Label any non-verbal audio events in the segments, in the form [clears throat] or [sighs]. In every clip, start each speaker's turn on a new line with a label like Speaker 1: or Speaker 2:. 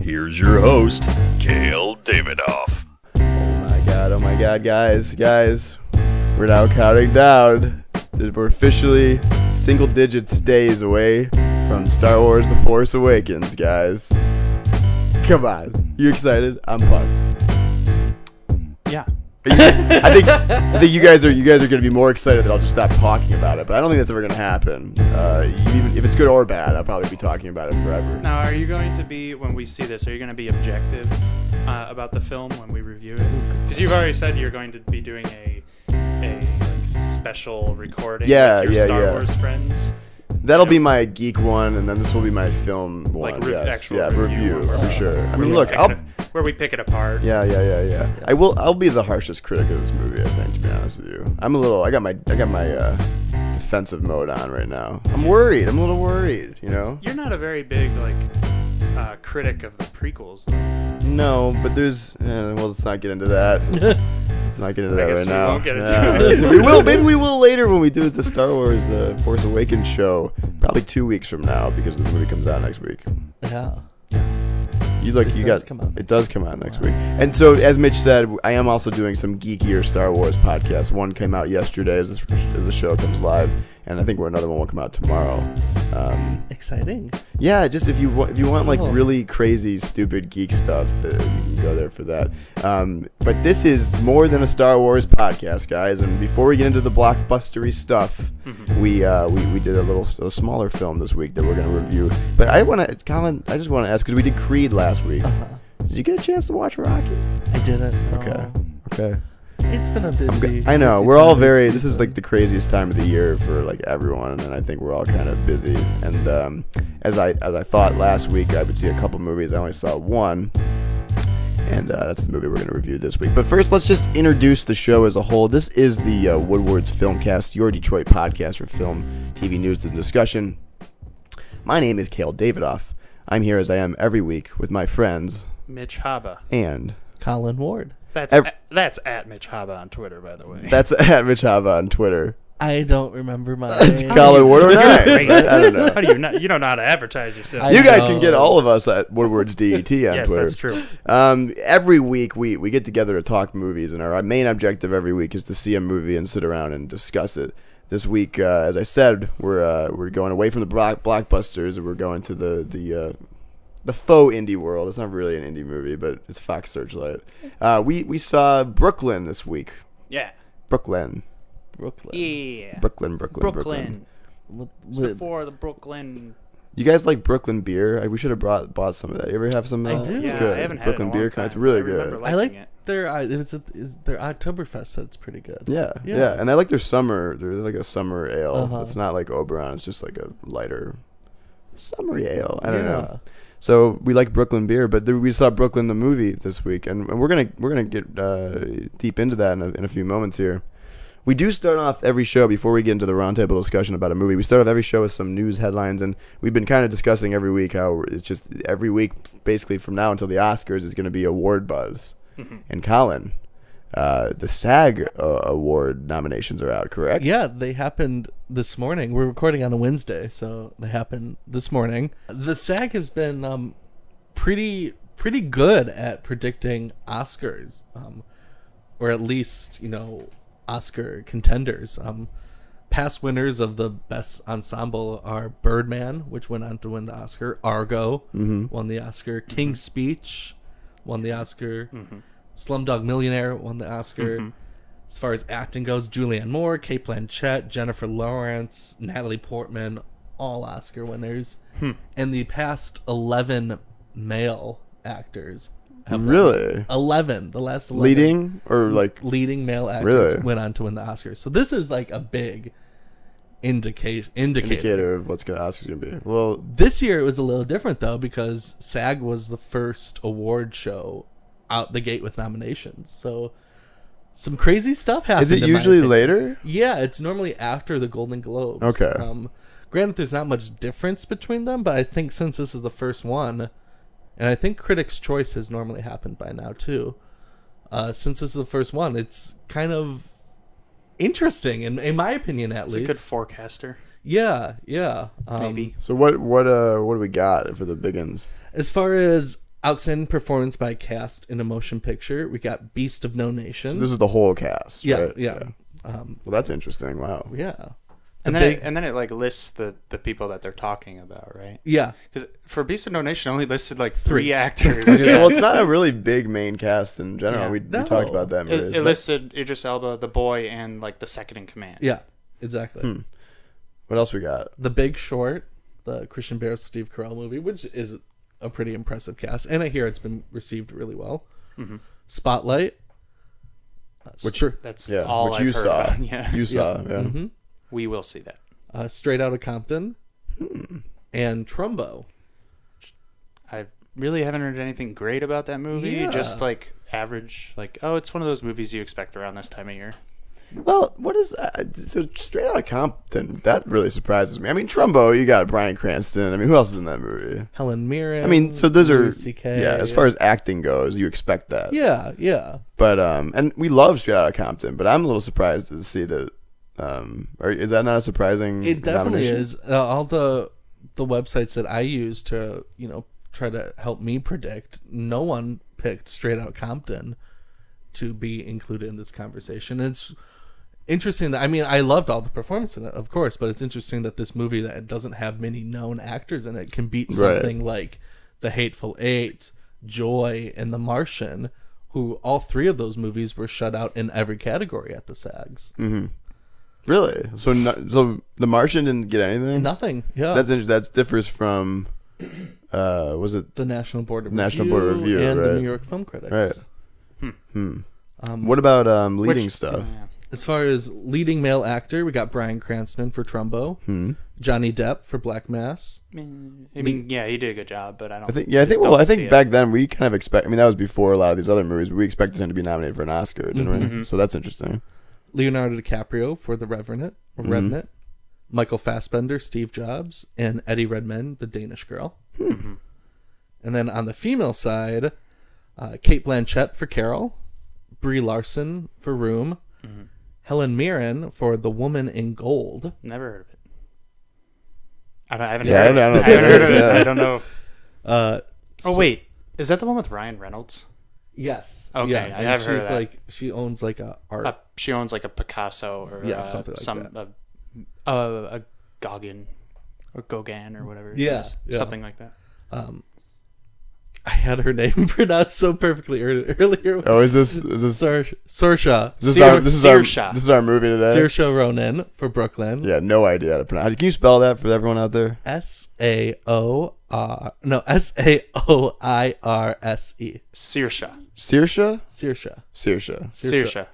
Speaker 1: Here's your host, Kale Davidoff.
Speaker 2: my god, oh my god, guys, guys. We're now counting down. We're officially single digits days away from Star Wars The Force Awakens, guys. Come on. You excited? I'm pumped.
Speaker 3: Yeah.
Speaker 2: I think I think you guys are you guys are gonna be more excited that I'll just stop talking about it, but I don't think that's ever gonna happen. Uh, you- even if it's good or bad, I'll probably be talking about it forever.
Speaker 3: Now, are you going to be when we see this? Are you going to be objective uh, about the film when we review it? Because you've already said you're going to be doing a a like, special recording.
Speaker 2: Yeah,
Speaker 3: with your
Speaker 2: yeah,
Speaker 3: Star
Speaker 2: yeah.
Speaker 3: Wars friends.
Speaker 2: That'll be my geek one, and then this will be my film one.
Speaker 3: re-
Speaker 2: yes,
Speaker 3: actual
Speaker 2: yeah,
Speaker 3: review
Speaker 2: review,
Speaker 3: one.
Speaker 2: for sure. I
Speaker 3: Where
Speaker 2: mean,
Speaker 3: we
Speaker 2: look,
Speaker 3: pick
Speaker 2: I'll
Speaker 3: it a- where we pick it apart.
Speaker 2: Yeah, yeah, yeah, yeah. I will. I'll be the harshest critic of this movie. I think, to be honest with you, I'm a little. I got my. I got my uh, defensive mode on right now. I'm worried. I'm a little worried. You know.
Speaker 3: You're not a very big like uh, critic of the prequels. Though.
Speaker 2: No, but there's. Uh, well, let's not get into
Speaker 4: [laughs]
Speaker 2: that. let's not get into that
Speaker 3: guess
Speaker 2: right
Speaker 3: we
Speaker 2: now.
Speaker 3: won't get into
Speaker 2: Yeah,
Speaker 3: it.
Speaker 2: that's- [laughs] we will. Maybe we will later when we do the Star Wars uh, Force Awakens show. Probably two weeks from now because the movie comes out next week.
Speaker 4: Yeah.
Speaker 2: You look, you
Speaker 4: does
Speaker 2: got
Speaker 4: come out
Speaker 2: it does come out next week. And so, as Mitch said, I am also doing some geekier Star Wars podcasts. One came out yesterday as, this, as the show comes live, and I think we're another one will come out tomorrow. Um,
Speaker 4: Exciting.
Speaker 2: yeah, just if you want, if you want like
Speaker 4: Cool.
Speaker 2: really crazy, stupid geek stuff, uh, you can go there for that. Um, but this is more than a Star Wars podcast, guys. And before we get into the blockbustery stuff, we, uh, we we did a little a smaller film this week that we're gonna review. But I want to, Colin, I just want to ask because we did Creed last week. Did you get a chance to watch Rocky?
Speaker 4: I didn't. know.
Speaker 2: Okay. Okay.
Speaker 4: It's been a busy.
Speaker 2: I know.
Speaker 4: busy
Speaker 2: We're all
Speaker 4: time
Speaker 2: very.
Speaker 4: season.
Speaker 2: This is like the craziest time of the year for like everyone, and I think we're all kind of busy. And um, as I as I thought last week, I would see a couple movies. I only saw one, and uh, that's the movie we're going to review this week. But first, let's just introduce the show as a whole. This is the uh, Woodward's Filmcast, your Detroit podcast for film, TV news, and discussion. My name is Kale Davidoff. I'm here as I am every week with my friends
Speaker 3: Mitch Haba.
Speaker 2: and
Speaker 4: Colin Ward.
Speaker 3: That's
Speaker 2: Ev-
Speaker 3: at, that's at Mitch Haba on Twitter, by the [laughs] way.
Speaker 2: that's [laughs] at Rich Hava on Twitter.
Speaker 4: I don't remember my.
Speaker 2: It's Colin
Speaker 3: [laughs]
Speaker 2: Ward or not.
Speaker 3: Great.
Speaker 2: I don't know.
Speaker 3: How do you not? You don't know how to advertise yourself.
Speaker 4: I-
Speaker 2: You guys
Speaker 4: know.
Speaker 2: can get all of us at Woodward's DET on
Speaker 3: yes,
Speaker 2: Twitter.
Speaker 3: that's true.
Speaker 2: Um, every week we, we get together to talk movies, and our main objective every week is to see a movie and sit around and discuss it. This week, uh, as I said, we're uh, we're going away from the block- blockbusters, and we're going to the the uh, the faux indie world. It's not really an indie movie, but it's Fox Searchlight. Uh, we we saw Brooklyn this week.
Speaker 3: Yeah.
Speaker 2: Brooklyn,
Speaker 4: Brooklyn.
Speaker 3: Yeah.
Speaker 2: Brooklyn, Brooklyn, Brooklyn.
Speaker 4: With- with-
Speaker 3: Before the Brooklyn
Speaker 2: You guys like Brooklyn beer? I, we should have brought bought some of that. You ever have some? Of
Speaker 4: I
Speaker 2: that?
Speaker 4: do.
Speaker 2: It's
Speaker 4: Yeah, I
Speaker 2: good.
Speaker 3: haven't had it in
Speaker 2: Brooklyn
Speaker 3: a
Speaker 2: beer.
Speaker 3: long
Speaker 2: kind- It's
Speaker 3: time.
Speaker 2: really
Speaker 3: I remember
Speaker 2: good.
Speaker 3: liking
Speaker 4: I like
Speaker 3: it.
Speaker 4: their. uh, It was a, is their Oktoberfest, so it's pretty good.
Speaker 2: Yeah, yeah,
Speaker 4: Yeah.
Speaker 2: and I like their summer. They're like a summer ale.
Speaker 4: Uh-huh.
Speaker 2: It's not like Oberon. It's just like a lighter summery ale. I don't
Speaker 4: Yeah.
Speaker 2: know. So we like Brooklyn beer, but there, we saw Brooklyn the movie this week, and, and we're gonna we're gonna get uh, deep into that in a, in a few moments here. We do start off every show before we get into the roundtable discussion about a movie. We start off every show with some news headlines, and we've been kind of discussing every week how it's just every week, basically from now until the Oscars, is going to be award buzz. And Colin, uh, the SAG uh, award nominations are out, correct?
Speaker 4: Yeah, they happened this morning. We're recording on a Wednesday, so they happened this morning. The SAG has been um, pretty pretty good at predicting Oscars, um, or at least you know Oscar contenders. Um, past winners of the best ensemble are Birdman, which went on to win the Oscar. Argo won the Oscar. King's Speech won the Oscar. Slumdog Millionaire won the Oscar. As far as acting goes, Julianne Moore, Kate Blanchett, Jennifer Lawrence, Natalie Portman, all Oscar winners.
Speaker 2: Hmm.
Speaker 4: And the past 11 male actors have won.
Speaker 2: Really?
Speaker 4: 11, the last 11
Speaker 2: Leading or like
Speaker 4: leading male actors
Speaker 2: Really?
Speaker 4: went on to win the Oscars. So this is like a big indication indicator.
Speaker 2: indicator of what's gonna Oscar's gonna be. Well,
Speaker 4: This year it was a little different though because SAG was the first award show out the gate with nominations. So some crazy stuff happened.
Speaker 2: is it
Speaker 4: in my
Speaker 2: usually
Speaker 4: opinion.
Speaker 2: later?
Speaker 4: Yeah, it's normally after the Golden Globes.
Speaker 2: Okay.
Speaker 4: Um, granted, there's not much difference between them, but I think since this is the first one, and I think Critics' Choice has normally happened by now too. Uh, since this is the first one, it's kind of interesting, in, in my opinion, at
Speaker 3: It's a
Speaker 4: least.
Speaker 3: good forecaster.
Speaker 4: yeah, yeah. Um,
Speaker 3: Maybe.
Speaker 2: So what what uh what do we got for the big ones?
Speaker 4: As far as outstanding performance by cast in a motion picture, we got Beast of No Nation.
Speaker 2: This is the whole cast.
Speaker 4: yeah,
Speaker 2: right?
Speaker 4: yeah, Um,
Speaker 2: Well, that's interesting. Wow.
Speaker 4: yeah,
Speaker 5: and
Speaker 4: the
Speaker 5: then it,
Speaker 4: big-
Speaker 5: and then it like lists the the people that they're talking about, right?
Speaker 4: yeah.
Speaker 5: Because for Beast of No Nation, it only listed like three,
Speaker 4: Three.
Speaker 5: actors.
Speaker 2: So, well, it's not a really big main cast in general.
Speaker 5: Yeah.
Speaker 2: We,
Speaker 4: No.
Speaker 2: we talked about that.
Speaker 5: It,
Speaker 2: Maria.
Speaker 5: it
Speaker 2: So-
Speaker 5: listed Idris Elba, the boy, and like the second in command.
Speaker 4: Yeah, exactly.
Speaker 2: Hmm. what else we got?
Speaker 4: The Big Short, the Christian Bale Steve Carell movie, which is a pretty impressive cast, and I hear it's been received really well. Spotlight, uh, which
Speaker 5: That's
Speaker 2: Yeah,
Speaker 5: all
Speaker 2: which
Speaker 5: I've
Speaker 2: you
Speaker 5: heard
Speaker 2: saw.
Speaker 3: [laughs]
Speaker 5: about. Yeah.
Speaker 2: You saw. Yeah.
Speaker 4: Mm-hmm.
Speaker 5: we will see that.
Speaker 4: uh, Straight Outta Compton, and Trumbo.
Speaker 5: I really haven't heard anything great about that movie.
Speaker 4: Yeah.
Speaker 5: Just like average, like oh, it's one of those movies you expect around this time of year.
Speaker 2: Well, what is uh, so straight out of Compton? That really surprises me. I mean, Trumbo, you got Brian Cranston. I mean, who else is in that movie?
Speaker 4: Helen Mirren.
Speaker 2: I mean, so those are
Speaker 4: Louis CK.
Speaker 2: yeah. As far as acting goes, you expect that.
Speaker 4: yeah, yeah,
Speaker 2: But um, and we love Straight Outta Compton, but I'm a little surprised to see that. Um, or is that not a surprising?
Speaker 4: it definitely
Speaker 2: nomination?
Speaker 4: is. Uh, all the the websites that I use to you know try to help me predict, no one picked Straight Out Compton to be included in this conversation. It's interesting that I mean I loved all the performances in it, of course, but it's interesting that this movie that doesn't have many known actors in it can beat
Speaker 2: Right.
Speaker 4: something like The Hateful Eight, Joy, and The Martian. Who all three of those movies were shut out in every category at the SAGs.
Speaker 2: Hmm. Really? So, no, so The Martian didn't get anything.
Speaker 4: Nothing. Yeah.
Speaker 2: That's interesting. That differs from. Uh, was it
Speaker 4: the National Board of
Speaker 2: National
Speaker 4: Review
Speaker 2: Board of Review,
Speaker 4: and the
Speaker 2: right.
Speaker 4: New York Film Critics.
Speaker 2: Right. What about um, leading stuff?
Speaker 4: As far as leading male actor, we got Brian Cranston for Trumbo,
Speaker 2: Hmm.
Speaker 4: Johnny Depp for Black Mass.
Speaker 5: I mean, I mean, yeah, he did a good job, but I don't.
Speaker 2: I think yeah, I
Speaker 5: just
Speaker 2: think well,
Speaker 5: don't
Speaker 2: I
Speaker 5: see
Speaker 2: think
Speaker 5: it.
Speaker 2: back then we kind of expect. I mean, that was before a lot of these other movies. But we expected him to be nominated for an Oscar, didn't
Speaker 5: Mm-hmm.
Speaker 2: we? So that's interesting.
Speaker 4: Leonardo DiCaprio for The Revenant, or
Speaker 2: Hmm.
Speaker 4: Revenant. Michael Fassbender, Steve Jobs, and Eddie Redmayne, the Danish girl.
Speaker 2: Hmm.
Speaker 4: And then on the female side, uh, Kate Blanchett for Carol, Brie Larson for Room, Helen Mirren for The Woman in Gold,
Speaker 5: Never heard of it. I, don't, I haven't
Speaker 2: Yeah, I
Speaker 5: heard.
Speaker 2: don't, I
Speaker 5: of
Speaker 2: [laughs] don't think
Speaker 5: it. I haven't
Speaker 2: that
Speaker 5: heard
Speaker 2: is,
Speaker 5: of it.
Speaker 2: yeah.
Speaker 5: I don't know.
Speaker 4: uh,
Speaker 5: Oh wait, is that the one with Ryan Reynolds?
Speaker 4: Yes.
Speaker 5: Okay, I
Speaker 4: and
Speaker 5: have
Speaker 4: she's
Speaker 5: heard of that.
Speaker 4: like she owns like a art.
Speaker 5: Uh, she owns like a Picasso or
Speaker 4: Yeah,
Speaker 5: uh,
Speaker 4: something like
Speaker 5: some
Speaker 4: that.
Speaker 5: A, a, a Gauguin or Gauguin or whatever. it
Speaker 4: Yeah,
Speaker 5: is.
Speaker 4: yeah.
Speaker 5: something like that.
Speaker 4: [laughs] I had her name [laughs] pronounced so perfectly ear- earlier.
Speaker 2: [laughs] Oh, is this is this
Speaker 4: Sor- Sorsha.
Speaker 2: is this
Speaker 5: Sear-
Speaker 2: our this is our
Speaker 5: Searsha.
Speaker 2: this is our movie today?
Speaker 4: Saoirse Ronan for Brooklyn.
Speaker 2: Yeah, no idea how to pronounce. Can you spell that for everyone out there?
Speaker 4: S A O R no S A O I R S E.
Speaker 5: Saoirse.
Speaker 2: Searsha,
Speaker 4: Saoirse.
Speaker 2: Searsha,
Speaker 5: Saoirse.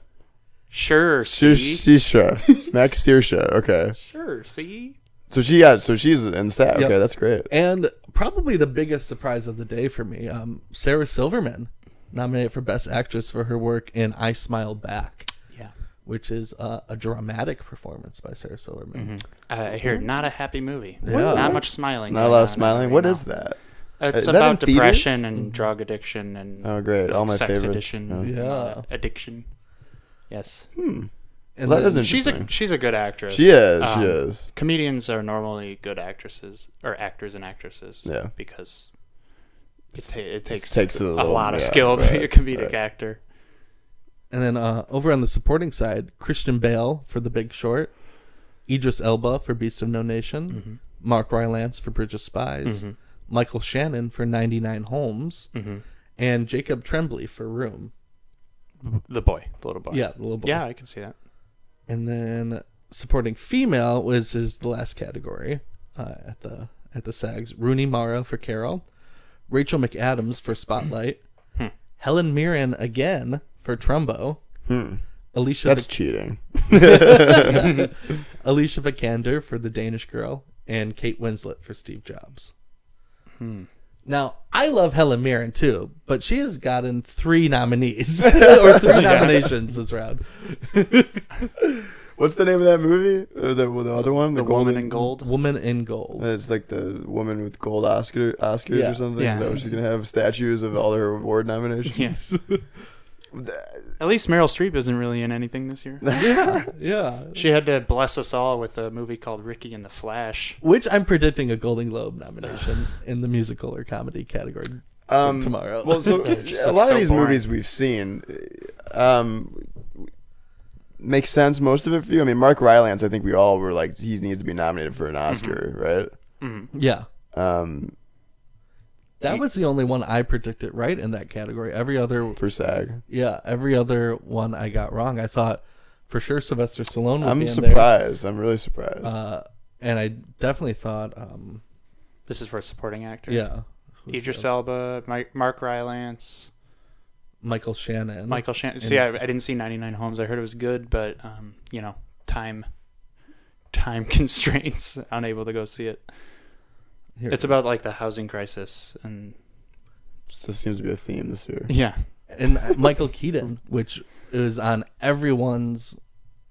Speaker 5: Sure. See.
Speaker 2: Searsha, Max Searsha. Okay,
Speaker 5: Sure. See.
Speaker 2: so she got so she's in set.
Speaker 4: Yep.
Speaker 2: Okay, that's great.
Speaker 4: And probably the biggest surprise of the day for me, um, Sarah Silverman, nominated for Best Actress for her work in I Smile Back,
Speaker 5: Yeah.
Speaker 4: which is uh, a dramatic performance by Sarah Silverman.
Speaker 5: Uh, I hear not a happy movie.
Speaker 2: Yeah.
Speaker 5: Not much smiling.
Speaker 2: Not a
Speaker 5: going
Speaker 2: lot
Speaker 5: on
Speaker 2: of smiling.
Speaker 5: right
Speaker 2: What
Speaker 5: now. Uh,
Speaker 2: is that?
Speaker 5: It's
Speaker 2: Is that
Speaker 5: about
Speaker 2: in theaters?
Speaker 5: depression and drug addiction and
Speaker 2: Oh, great. All my
Speaker 5: sex
Speaker 2: favorites. Oh.
Speaker 5: addiction,
Speaker 4: Yeah.
Speaker 5: uh, addiction. Yes,
Speaker 4: And
Speaker 2: Well, that
Speaker 4: then-
Speaker 2: doesn't.
Speaker 5: she's a she's a good actress.
Speaker 2: She is.
Speaker 5: Um,
Speaker 2: she is.
Speaker 5: Comedians are normally good actresses or actors and actresses.
Speaker 2: Yeah.
Speaker 5: because it, ta- it takes
Speaker 2: takes a
Speaker 5: a,
Speaker 2: little-
Speaker 5: lot of
Speaker 2: yeah,
Speaker 5: skill to be a
Speaker 2: right,
Speaker 5: comedic
Speaker 2: right.
Speaker 5: actor.
Speaker 4: And then uh, over on the supporting side, Christian Bale for The Big Short, Idris Elba for Beast of No Nation, Mark Rylance for Bridge of Spies, Michael Shannon for 99 Homes, and Jacob Tremblay for Room.
Speaker 5: The boy, the little boy.
Speaker 4: Yeah, the little boy.
Speaker 5: yeah, I can see that.
Speaker 4: And then supporting female was is the last category uh, at the at the SAGs. Rooney Mara for Carol, Rachel McAdams for Spotlight, Helen Mirren again for Trumbo, Alicia
Speaker 2: That's
Speaker 4: Vik-
Speaker 2: cheating.
Speaker 4: Alicia Vikander for the Danish Girl and Kate Winslet for Steve Jobs.
Speaker 2: Hmm.
Speaker 4: Now I love Helen Mirren too, but she has gotten
Speaker 2: [laughs]
Speaker 4: three nominees or three nominations this round.
Speaker 2: What's the name of that movie? Or the, the other one?
Speaker 3: The, woman in gold.
Speaker 4: Woman in Gold.
Speaker 2: It's like the woman with gold Oscar, Oscars
Speaker 4: Yeah.
Speaker 2: or something.
Speaker 3: Yeah.
Speaker 2: Is that what she's gonna have? Statues of all her award nominations. [laughs]
Speaker 3: Yes. At least Meryl Streep isn't really in anything
Speaker 2: [laughs]
Speaker 3: this year.
Speaker 2: Uh,
Speaker 4: Yeah,
Speaker 3: She had to bless us all with a movie called Ricky and the Flash.
Speaker 4: which I'm predicting a Golden
Speaker 2: [sighs]
Speaker 4: Globe nomination in the musical or comedy category
Speaker 2: Um,
Speaker 4: tomorrow.
Speaker 2: Well, so
Speaker 3: [laughs] It just
Speaker 2: a
Speaker 3: looks
Speaker 2: lot of
Speaker 3: so
Speaker 2: these
Speaker 3: boring.
Speaker 2: movies we've seen um, makes sense. Most of it for you. I mean, Mark Rylance. I think we all were like, he needs to be nominated for an
Speaker 3: Mm-hmm.
Speaker 2: Oscar,
Speaker 4: yeah,
Speaker 2: right? Um,
Speaker 4: that was the only one I predicted right in that category. Every other,
Speaker 2: for SAG.
Speaker 4: yeah, every other one I got wrong. I thought for sure Sylvester Stallone would be
Speaker 2: I'm
Speaker 4: in
Speaker 2: surprised. I'm really surprised.
Speaker 4: there, uh, and I definitely thought, um,
Speaker 3: This is for a supporting actor.
Speaker 4: yeah, who's
Speaker 3: Idris
Speaker 4: the-
Speaker 3: Elba, Mi- Mark Rylance,
Speaker 4: Michael Shannon,
Speaker 3: Michael Shannon. See, I, I didn't see 99 Homes. I heard it was good, but um, you know, time time [laughs] constraints, unable to go see it.
Speaker 4: Here
Speaker 3: it's
Speaker 4: it
Speaker 3: about like the housing crisis and
Speaker 2: this seems to be a theme this year.
Speaker 3: yeah.
Speaker 4: is. [laughs] and Michael Keaton, which is on everyone's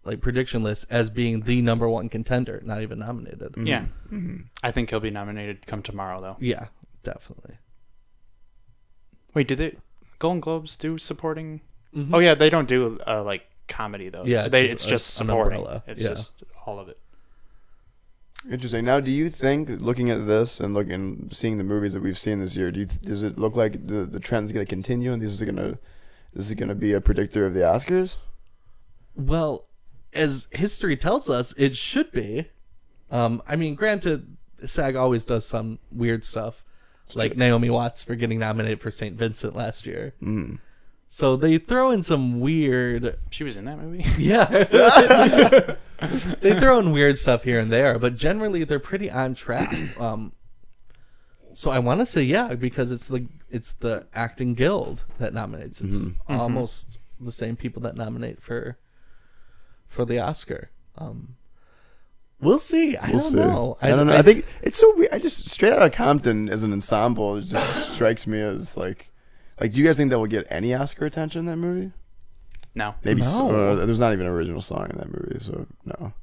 Speaker 4: like prediction list as being the number one contender, not even nominated.
Speaker 3: Yeah. I think he'll be nominated come tomorrow though.
Speaker 4: Yeah, definitely.
Speaker 3: Wait, do they Golden Globes do supporting? Oh yeah, they don't do uh, like comedy though.
Speaker 4: Mm-hmm. Yeah, it's
Speaker 3: they,
Speaker 4: just
Speaker 3: it's
Speaker 4: a-
Speaker 3: just
Speaker 4: an
Speaker 3: supporting.
Speaker 4: umbrella,
Speaker 3: It's
Speaker 4: yeah.
Speaker 3: just all of it.
Speaker 2: Interesting. Now, do you think, looking at this and looking, seeing the movies that we've seen this year, do you, th- does it look like the the trend's going to continue and this is going to this is going to be a predictor of the Oscars?
Speaker 4: Well, as history tells us, it should be. Um, I mean, granted, SAG always does some weird stuff, like Naomi Watts for getting nominated for St. Vincent last year. Mm. So they throw in some weird,
Speaker 3: She was in that movie.
Speaker 2: [laughs]
Speaker 4: [laughs] yeah. they throw in weird stuff here and there, but generally they're pretty on track. Um, so I want to say yeah because it's the it's the acting guild that nominates. It's
Speaker 2: Mm-hmm.
Speaker 4: almost the same people that nominate for for the Oscar. Um, we'll see. I
Speaker 2: We'll
Speaker 4: don't
Speaker 2: see.
Speaker 4: know.
Speaker 2: I don't know. I think it's so weird. I just straight out of Compton as an ensemble it just [laughs] strikes me as like, like, do you guys think that will get any Oscar attention? That movie?
Speaker 3: no.
Speaker 2: Maybe so,
Speaker 4: No.
Speaker 2: uh, there's not even an original song in that movie, so no.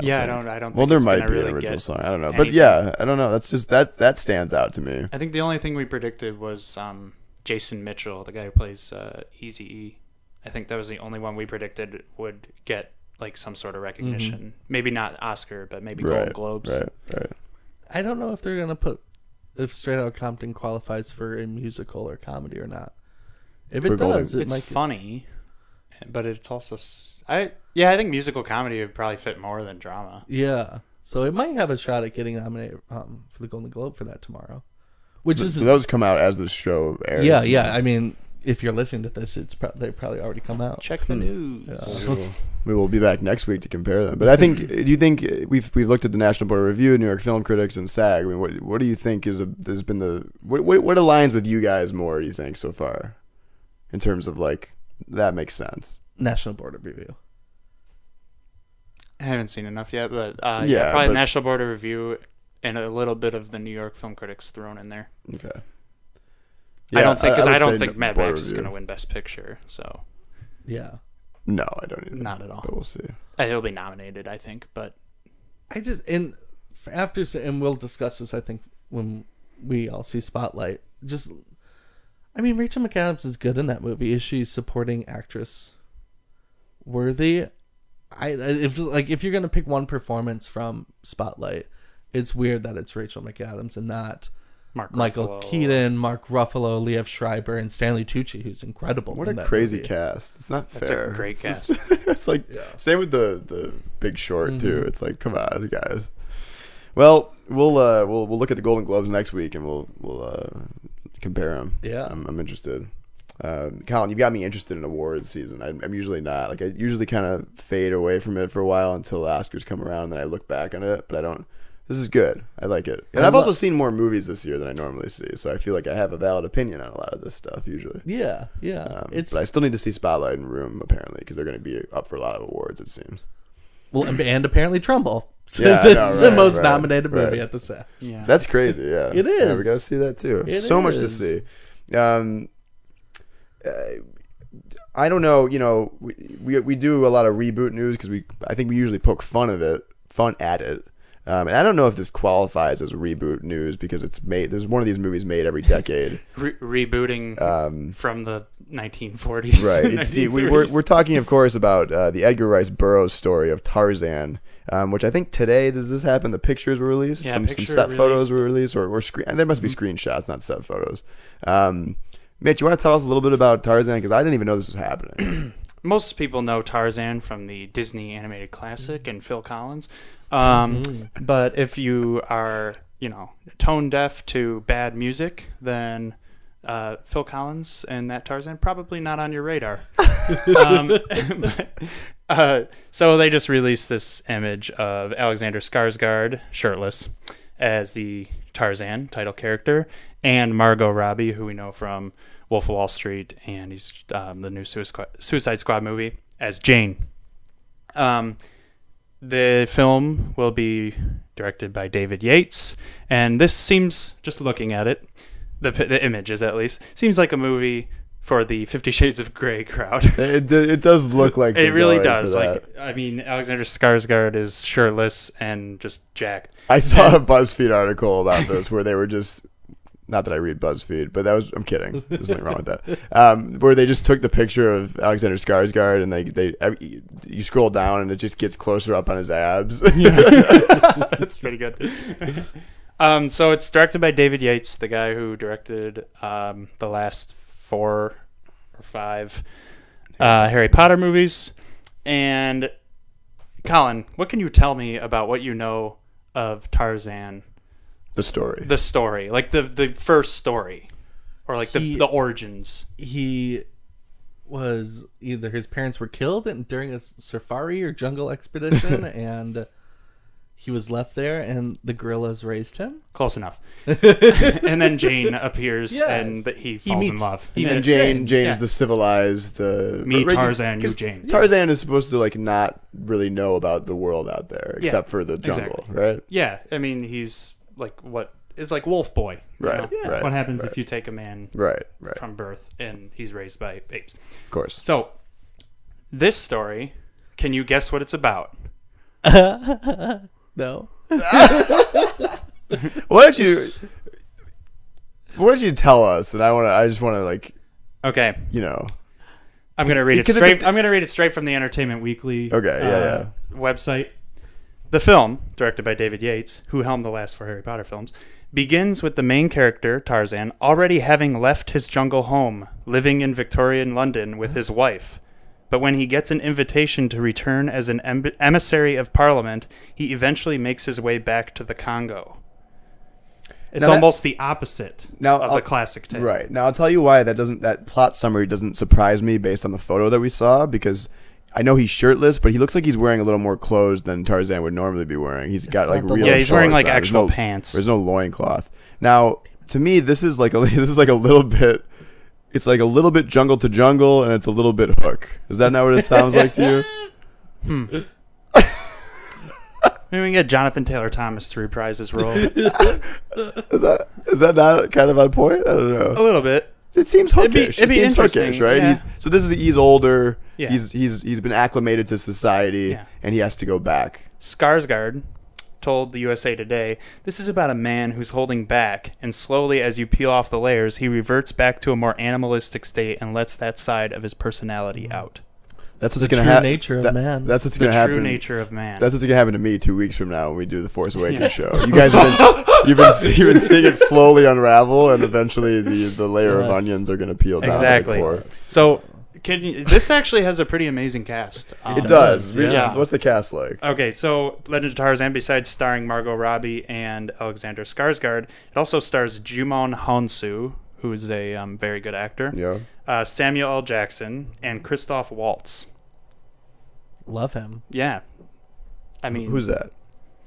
Speaker 3: yeah, I
Speaker 2: think.
Speaker 3: don't. I don't.
Speaker 2: Well,
Speaker 3: think
Speaker 2: there
Speaker 3: it's
Speaker 2: might
Speaker 3: gonna
Speaker 2: be
Speaker 3: really
Speaker 2: an original
Speaker 3: get-
Speaker 2: song. I don't know, but
Speaker 3: anything.
Speaker 2: yeah, I don't know. That's just that that stands out to me.
Speaker 3: I think the only thing we predicted was um, Jason Mitchell, the guy who plays uh, Easy E. I think that was the only one we predicted would get like some sort of recognition. Maybe not Oscar, but maybe
Speaker 2: Mm-hmm. Right,
Speaker 3: Golden Globes.
Speaker 2: right, right.
Speaker 4: I don't know if they're gonna put if Straight Outta Compton qualifies for a musical or comedy or not. If
Speaker 2: For
Speaker 4: it
Speaker 2: Golden-
Speaker 4: does, it
Speaker 3: It's
Speaker 4: might get-
Speaker 3: funny, but it's also s- I yeah I think musical comedy would probably fit more than drama.
Speaker 4: Yeah. So it might have a shot at getting nominated um, for the Golden Globe for that tomorrow. Which is
Speaker 2: So those come out as the show airs.
Speaker 4: yeah, yeah. I mean, if you're listening to this, it's pro- they probably already come out.
Speaker 3: Check the news.
Speaker 2: We will be back next week to compare them. But I think, do you think uh, we've we've looked at the National Board of Review, New York Film Critics, and SAG? I mean, what what do you think is a, has been the what, what what aligns with you guys more? Do you think so far, in terms of like that makes sense?
Speaker 4: National Board of Review.
Speaker 3: I haven't seen enough yet, but uh, yeah,
Speaker 2: Yeah,
Speaker 3: probably
Speaker 2: but-
Speaker 3: National Board of Review and a little bit of the New York Film Critics thrown in there.
Speaker 2: Okay.
Speaker 3: I don't think because I,
Speaker 2: would
Speaker 3: don't
Speaker 2: say
Speaker 3: think Mad
Speaker 2: Board of
Speaker 3: Max is
Speaker 2: Review.
Speaker 3: going to win Best Picture, so
Speaker 4: Yeah.
Speaker 2: No, I don't either.
Speaker 3: Not at all.
Speaker 2: But we'll see.
Speaker 3: uh, he'll be nominated, I think. But
Speaker 4: I just and f- after s- and we'll discuss this. I think when we all see Spotlight, just I mean, Rachel McAdams is good in that movie. Is she supporting actress worthy? I I- if like if you're gonna pick one performance from Spotlight, it's weird that it's Rachel McAdams and not
Speaker 3: Mark
Speaker 4: Michael
Speaker 3: Ruffalo.
Speaker 4: Keaton, Mark Ruffalo, Liev Schreiber, and Stanley Tucci, who's incredible.
Speaker 2: What
Speaker 4: in
Speaker 2: a
Speaker 4: that
Speaker 2: crazy
Speaker 4: movie.
Speaker 2: cast! It's not
Speaker 3: That's a
Speaker 2: fair. [laughs]
Speaker 3: great
Speaker 2: It's-
Speaker 3: cast.
Speaker 2: it's like same with the the Big Short too.
Speaker 4: Mm-hmm.
Speaker 2: It's like come on, guys. Well, we'll uh, we'll we'll look at the Golden Globes next week and we'll we'll uh, compare them.
Speaker 4: Yeah.
Speaker 2: I'm, I'm interested. Uh, Colin, you've got me interested in awards season. I'm, I'm usually not like I usually kind of fade away from it for a while until the Oscars come around, and then I look back on it. But I don't this is good. I like it. And I've also seen more movies this year than I normally see, so I feel like I have a valid opinion on a lot of this stuff usually.
Speaker 4: Yeah, yeah.
Speaker 2: Um,
Speaker 4: it's
Speaker 2: but I still need to see Spotlight and Room apparently because they're going to be up for a lot of awards. It seems.
Speaker 4: well, and, and apparently Trumbull, [laughs]
Speaker 2: Yeah, I
Speaker 4: since
Speaker 2: know,
Speaker 4: it's the
Speaker 2: right,
Speaker 4: most
Speaker 2: right,
Speaker 4: nominated
Speaker 2: right.
Speaker 4: movie at the Sacks. Yeah.
Speaker 2: That's crazy. Yeah,
Speaker 4: It
Speaker 2: Yeah, we
Speaker 4: is.
Speaker 2: gotta see that too.
Speaker 4: It
Speaker 2: so much to
Speaker 4: is.
Speaker 2: see. Um, uh, I don't know. You know, we we, we do a lot of reboot news because we I think we usually poke fun of it, fun at it. Um, and I don't know if this qualifies as reboot news because it's made. There's one of these movies made every decade.
Speaker 3: Re- rebooting
Speaker 2: Um,
Speaker 3: from the 1940s. [laughs]
Speaker 2: right.
Speaker 3: to
Speaker 2: It's the, we, we're,
Speaker 3: 1930s.
Speaker 2: we're talking, of course, about uh, the Edgar Rice Burroughs story of Tarzan, um, which I think today does this happen? The pictures were released.
Speaker 3: Yeah,
Speaker 2: some, some
Speaker 3: picture
Speaker 2: set photos
Speaker 3: released. Mm-hmm.
Speaker 2: were released, or, or screen. There must be screenshots, not set photos. Um, Mitch, you want to tell us a little bit about Tarzan because I didn't even know this was
Speaker 3: [clears throat]
Speaker 2: happening.
Speaker 3: most people know Tarzan from the Disney animated classic and Phil Collins. Um, but if you are, you know, tone deaf to bad music, then uh, Phil Collins and that Tarzan probably not on your radar. um, [laughs] but, [laughs] uh, so they just released this image of Alexander Skarsgård shirtless as the Tarzan title character, and Margot Robbie, who we know from Wolf of Wall Street, and he's um, the new Suicide Suicide Squad movie as Jane. Um, the film will be directed by David Yates, and this seems, just looking at it, the, p- the images at least, seems like a movie for the Fifty Shades of Grey crowd. [laughs]
Speaker 2: it, do- it does look like
Speaker 3: It
Speaker 2: they're
Speaker 3: really
Speaker 2: going for
Speaker 3: does.
Speaker 2: that.
Speaker 3: Like, I mean, Alexander Skarsgård is shirtless and just jacked.
Speaker 2: I saw a BuzzFeed article about this where they were just. Not that I read BuzzFeed, but that was I'm kidding. There's nothing wrong with that. Um, where they just took the picture of Alexander Skarsgård and they they you scroll down and it just gets closer up on his
Speaker 3: [laughs]
Speaker 2: abs.
Speaker 3: That's pretty good. um, so it's directed by David Yates, the guy who directed um, the last four or five uh, Harry Potter movies. And Colin, what can you tell me about what you know of Tarzan,
Speaker 2: [laughs] the story.
Speaker 3: the story, like the the first story, or like
Speaker 4: He-
Speaker 3: the the origins?
Speaker 4: he was either his parents were killed and during a safari or jungle expedition [laughs] and he was left there and the gorillas raised him
Speaker 3: Close
Speaker 4: [laughs]
Speaker 3: enough. and then Jane appears, and that he
Speaker 4: He
Speaker 3: falls in
Speaker 4: meets-
Speaker 3: love.
Speaker 4: he
Speaker 2: and
Speaker 4: meets
Speaker 2: Jane, Jane is
Speaker 3: yeah.
Speaker 2: the civilized. Uh,
Speaker 3: Me,
Speaker 2: right,
Speaker 3: Tarzan, you,
Speaker 2: 'cause
Speaker 3: Jane.
Speaker 2: Tarzan is supposed to like not really know about the world out there except for the jungle,
Speaker 3: exactly.
Speaker 2: right?
Speaker 3: Yeah, I mean he's like what is like Wolf Boy. you
Speaker 2: Right,
Speaker 3: know?
Speaker 2: right,
Speaker 3: what happens if you take a man
Speaker 2: Right, right.
Speaker 3: from birth and he's raised by apes?
Speaker 2: of course.
Speaker 3: So this story, can you guess what it's about?
Speaker 4: no
Speaker 2: Why don't you? Why don't you tell us? And I want to. I just want to like
Speaker 3: Okay,
Speaker 2: you know.
Speaker 3: I'm gonna read it
Speaker 2: Because it's a
Speaker 3: straight.
Speaker 2: t-
Speaker 3: i am I'm gonna read it straight from the Entertainment Weekly. uh,
Speaker 2: Okay, yeah, yeah.
Speaker 3: website. The film, directed by David Yates, who helmed the last four Harry Potter films, begins with the main character, Tarzan, already having left his jungle home, living in Victorian London with his wife. But when he gets an invitation to return as an em- emissary of Parliament, he eventually makes his way back to the Congo. It's
Speaker 2: Now that-
Speaker 3: almost the opposite
Speaker 2: Now
Speaker 3: of
Speaker 2: I'll-
Speaker 3: the classic tale.
Speaker 2: Right now, I'll tell you why that doesn't. That plot summary doesn't surprise me based on the photo that we saw because. I know he's shirtless, but he looks like he's wearing a little more clothes than Tarzan would normally be wearing. He's got like
Speaker 4: not the
Speaker 2: real.
Speaker 4: look.
Speaker 3: Yeah, he's wearing,
Speaker 2: shorts
Speaker 3: like,
Speaker 2: on. There's
Speaker 3: actual
Speaker 2: no-
Speaker 3: pants.
Speaker 2: There's no loincloth. Now, to me, this is like a [laughs] this is like a little bit. It's like a little bit jungle to jungle, and it's a little bit hook. Is that not what it sounds like to
Speaker 4: [laughs]
Speaker 2: you?
Speaker 3: Maybe we can get Jonathan Taylor Thomas to reprise his
Speaker 2: [laughs]
Speaker 3: role a
Speaker 2: Is that is that not kind of on point? I don't know.
Speaker 3: little bit.
Speaker 2: It seems
Speaker 3: It'd be-
Speaker 2: hookish.
Speaker 3: it'd be
Speaker 2: it seems
Speaker 3: interesting,
Speaker 2: hookish, right?
Speaker 3: yeah.
Speaker 2: He's, so this is he's older.
Speaker 3: Yeah.
Speaker 2: He's he's he's been acclimated to society,
Speaker 3: Yeah.
Speaker 2: and he has to go back.
Speaker 3: Skarsgård told the USA Today, "This is about a man who's holding back, and slowly, as you peel off the layers, he reverts back to a more animalistic state and lets that side of his personality out."
Speaker 2: That's what's
Speaker 4: The
Speaker 2: going to
Speaker 4: true
Speaker 2: happen.
Speaker 4: nature of man.
Speaker 2: That's what's
Speaker 3: The
Speaker 2: going to happen.
Speaker 3: true nature of man.
Speaker 2: That's what's going to happen to me two weeks from now when we do the Force Awakens show. You guys have
Speaker 3: [laughs]
Speaker 2: been you've been see- you've been seeing it slowly unravel, and eventually the the layer of
Speaker 4: Yes.
Speaker 2: onions are going to peel down. to the
Speaker 3: exactly.
Speaker 2: core.
Speaker 3: So, can you, this actually has a pretty amazing cast. Um,
Speaker 2: It does.
Speaker 4: yeah.
Speaker 2: Yeah. What's the cast like?
Speaker 3: Okay, so Legend of Tarzan, besides starring Margot Robbie and Alexander Skarsgård, it also stars Jumon Honsu, who is a um, very good actor,
Speaker 2: Yeah.
Speaker 3: uh, Samuel L. Jackson, and Christoph Waltz.
Speaker 4: love him
Speaker 3: Yeah. I mean,
Speaker 2: Who's that?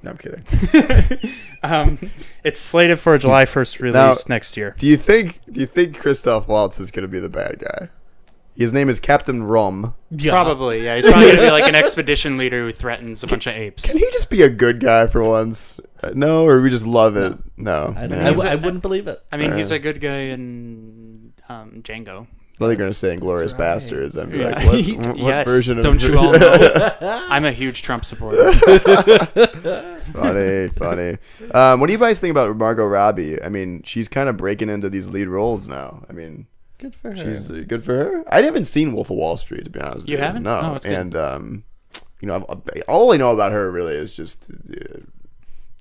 Speaker 2: No, I'm kidding.
Speaker 3: Um, [laughs] it's slated for a July 1st release
Speaker 2: Now-
Speaker 3: next year.
Speaker 2: Do you think? Do you think Christoph Waltz is going to be the bad guy? His name is Captain Rum.
Speaker 4: Yeah.
Speaker 3: Probably, yeah. He's probably going to be like an [laughs] expedition leader who threatens a bunch of apes.
Speaker 2: Can he just be a good guy for once? Uh, No, or we just love it. No,
Speaker 4: I,
Speaker 2: no.
Speaker 4: I, I wouldn't believe it.
Speaker 3: I mean, he's a good guy in um, Django.
Speaker 2: Well, they're gonna say "Inglorious Bastards" and be like,
Speaker 3: Yeah.
Speaker 2: "What,
Speaker 3: [laughs] Yes,
Speaker 2: what version of?" [laughs]
Speaker 3: don't you all know? I'm a huge Trump supporter.
Speaker 2: funny, funny. Um, what do you guys think about Margot Robbie? I mean, she's kind of breaking into these lead roles now. I mean,
Speaker 4: Good for her.
Speaker 2: she's uh, good for her. I haven't seen Wolf of Wall Street to be honest. With
Speaker 3: You
Speaker 2: you
Speaker 3: haven't?
Speaker 2: No,
Speaker 3: Oh, it's good.
Speaker 2: and um, you know, I've, all I know about her really is just uh,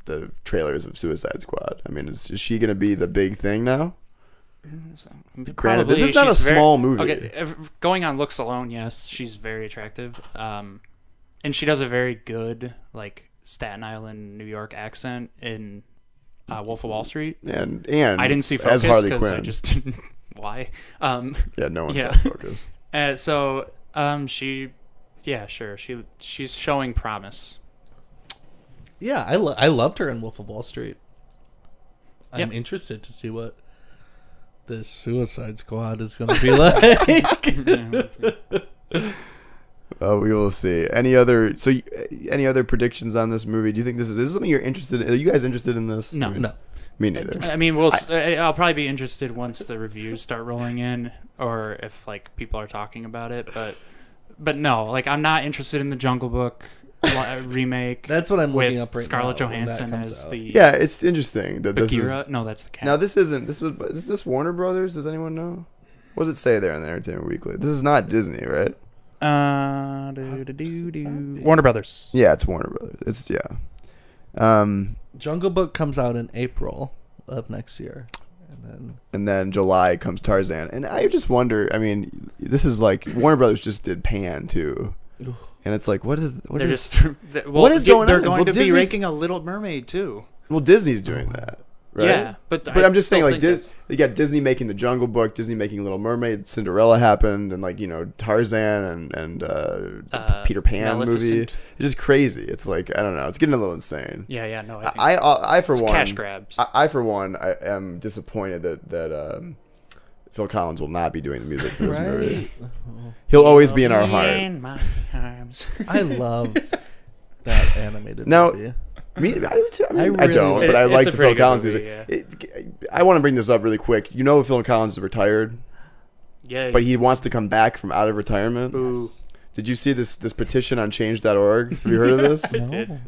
Speaker 2: the trailers of Suicide Squad. I mean, is, is she gonna be the big thing now? Granted, this is not a
Speaker 3: she's very-
Speaker 2: small movie.
Speaker 3: Okay, ev- going on looks alone, yes, she's very attractive, um, and she does a very good like Staten Island, New York accent in uh, Wolf of Wall Street.
Speaker 2: And and
Speaker 3: I didn't see
Speaker 2: as
Speaker 3: Focus
Speaker 2: Harley
Speaker 3: because
Speaker 2: Quinn.
Speaker 3: I just didn't. [laughs] Why? Um,
Speaker 2: yeah, no one
Speaker 3: Yeah.
Speaker 2: saw
Speaker 3: [laughs]
Speaker 2: Focus.
Speaker 3: uh, so um, she, yeah, sure, she she's showing promise.
Speaker 4: Yeah, I, lo- I loved her in Wolf of Wall Street. I'm
Speaker 3: Yep.
Speaker 4: interested to see what this Suicide Squad is going to be [laughs] like.
Speaker 3: [laughs]
Speaker 2: Uh, we will see. Any other so y- any other predictions on this movie? Do you think this is, is this something you're interested in? Are you guys interested in this?
Speaker 3: No.
Speaker 4: no,
Speaker 2: Me neither.
Speaker 3: I mean, we'll. s- I, will probably be interested once the reviews start rolling in, or if like people are talking about it. But, but no, like I'm not interested in the Jungle Book li- [laughs] remake.
Speaker 4: that's what I'm
Speaker 3: with
Speaker 4: looking up right
Speaker 3: Scarlett
Speaker 4: now. when that
Speaker 3: Johansson
Speaker 4: comes
Speaker 3: as
Speaker 4: out.
Speaker 3: the
Speaker 2: Yeah, it's interesting that this
Speaker 3: Bagheera.
Speaker 2: is
Speaker 3: no, that's the cat.
Speaker 2: now this isn't this was is this Warner Brothers? Does anyone know? What does it say there in the Entertainment Weekly? This is not Disney, right?
Speaker 3: uh, do, do, do, do. Warner Brothers.
Speaker 2: Yeah, it's Warner Brothers. It's yeah. Um,
Speaker 4: Jungle Book comes out in April of next year, and then
Speaker 2: and then July comes Tarzan, and I just wonder. I mean, this is like Warner Brothers just did Pan too, and it's like what is what
Speaker 3: They're
Speaker 2: is-
Speaker 3: just. [laughs] they- well,
Speaker 2: What is
Speaker 3: you-
Speaker 2: going
Speaker 3: They're
Speaker 2: on?
Speaker 3: going
Speaker 2: Well,
Speaker 3: to
Speaker 2: Disney's-
Speaker 3: be making a Little Mermaid too.
Speaker 2: well Disney's doing that, right?
Speaker 3: Yeah, but
Speaker 2: But
Speaker 3: I
Speaker 2: I'm just saying,
Speaker 3: still
Speaker 2: like,
Speaker 3: think
Speaker 2: Dis- you got Disney making the Jungle Book, Disney making Little Mermaid, Cinderella happened, and like you know Tarzan and and uh, the
Speaker 3: Uh,
Speaker 2: Peter Pan movie. It's
Speaker 3: Maleficent.
Speaker 2: just crazy. It's like I don't know. It's getting a little insane.
Speaker 3: Yeah, yeah, no. I, think
Speaker 2: I I, I for
Speaker 3: it's
Speaker 2: one,
Speaker 3: cash grabs.
Speaker 2: I, I for one, I am disappointed that that um, Phil Collins will not be doing the music for this
Speaker 4: Right.
Speaker 2: movie. He'll always be in our heart.
Speaker 3: In my arms.
Speaker 4: I love that animated
Speaker 2: Now-
Speaker 4: movie.
Speaker 2: Me, I, do too. I, mean, I,
Speaker 4: really-
Speaker 2: don't, but
Speaker 3: It-
Speaker 2: I
Speaker 3: it's
Speaker 2: like
Speaker 3: a
Speaker 2: the Phil
Speaker 3: pretty good
Speaker 2: Collins
Speaker 3: movie,
Speaker 2: music. It, I want to bring this up really quick. You know, Phil Collins is retired.
Speaker 3: yeah,
Speaker 2: but he wants to come back from out of retirement. Did you see this this petition on change.org? Have you heard
Speaker 3: [laughs]
Speaker 2: of this?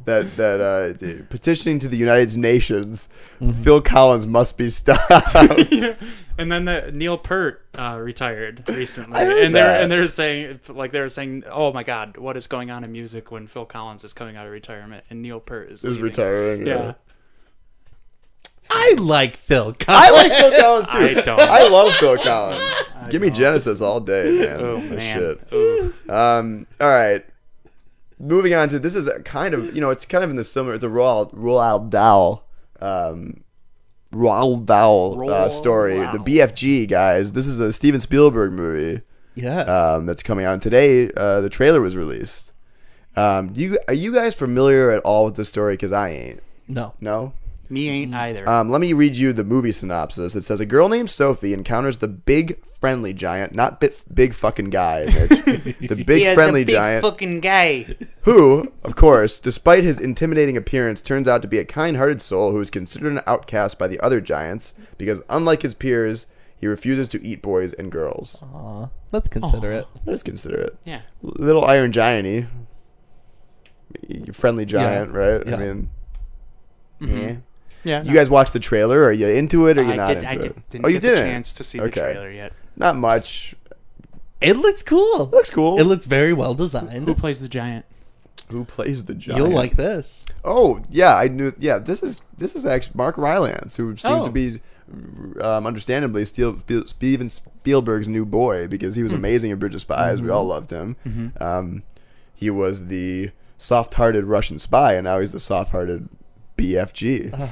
Speaker 2: That that uh, d- petitioning to the United Nations, Phil Collins must be stopped.
Speaker 3: Mm-hmm. [laughs] yeah. And then the, Neil Peart uh,
Speaker 2: [laughs]
Speaker 3: retired recently,
Speaker 2: I heard
Speaker 3: and they're
Speaker 2: that.
Speaker 3: and they're saying like they're saying, "Oh my God, what is going on in music when Phil Collins is coming out of retirement and Neil Peart is
Speaker 2: is
Speaker 3: leaving?"
Speaker 2: retiring.
Speaker 3: Yeah,
Speaker 4: I like Phil. Collins.
Speaker 2: I like Phil Collins too.
Speaker 3: I don't.
Speaker 2: I love Phil Collins. Give me Genesis all day, man.
Speaker 3: oh
Speaker 2: That's my
Speaker 3: man,
Speaker 2: shit.
Speaker 3: Ooh.
Speaker 2: Um, all right. Moving on to this is a kind of you know it's kind of in the similar it's a Roald Roald Dahl um, Roald Dahl uh, story the BFG guys this is a Steven Spielberg movie
Speaker 4: Yeah,
Speaker 2: um, that's coming out and today uh, the trailer was released um, do you are you guys familiar at all with the story because I ain't
Speaker 4: no,
Speaker 2: no
Speaker 3: me ain't either.
Speaker 2: um, let me read you the movie synopsis. It says a girl named Sophie encounters the big friendly giant, not bit, big fucking
Speaker 3: [laughs]
Speaker 2: guy. the big friendly giant,
Speaker 3: fucking gay.
Speaker 2: who, of course, despite his intimidating appearance, turns out to be a kind-hearted soul who is considered an outcast by the other giants because, unlike his peers, he refuses to eat boys and girls.
Speaker 4: let's consider it.
Speaker 2: Let us consider it.
Speaker 3: Yeah,
Speaker 2: Little Iron Gianty, friendly giant, right?
Speaker 4: Yeah.
Speaker 2: I mean,
Speaker 3: Mm-hmm.
Speaker 2: yeah.
Speaker 3: yeah.
Speaker 2: You guys watched the trailer? Are you into it or are you
Speaker 3: I
Speaker 2: not
Speaker 3: did,
Speaker 2: into
Speaker 3: I
Speaker 2: it?
Speaker 3: did, didn't
Speaker 2: oh, you
Speaker 3: get
Speaker 2: didn't.
Speaker 3: the chance to see the
Speaker 2: Okay.
Speaker 3: trailer yet.
Speaker 2: Not much.
Speaker 4: It looks cool.
Speaker 2: Looks cool.
Speaker 4: It looks very well
Speaker 3: Who
Speaker 4: designed.
Speaker 3: plays the giant?
Speaker 2: Who plays the giant?
Speaker 4: You'll like this.
Speaker 2: Oh yeah, I knew. Yeah, this is this is actually Mark Rylance, who seems
Speaker 3: Oh.
Speaker 2: to be, um, understandably, Steel, Spiel- Steven Spielberg's new boy because
Speaker 3: Hmm.
Speaker 2: he was amazing in Bridge of Spies.
Speaker 3: Mm-hmm.
Speaker 2: We all loved him. Um, he was the soft-hearted Russian spy, and now he's the soft-hearted BFG,
Speaker 3: Uh.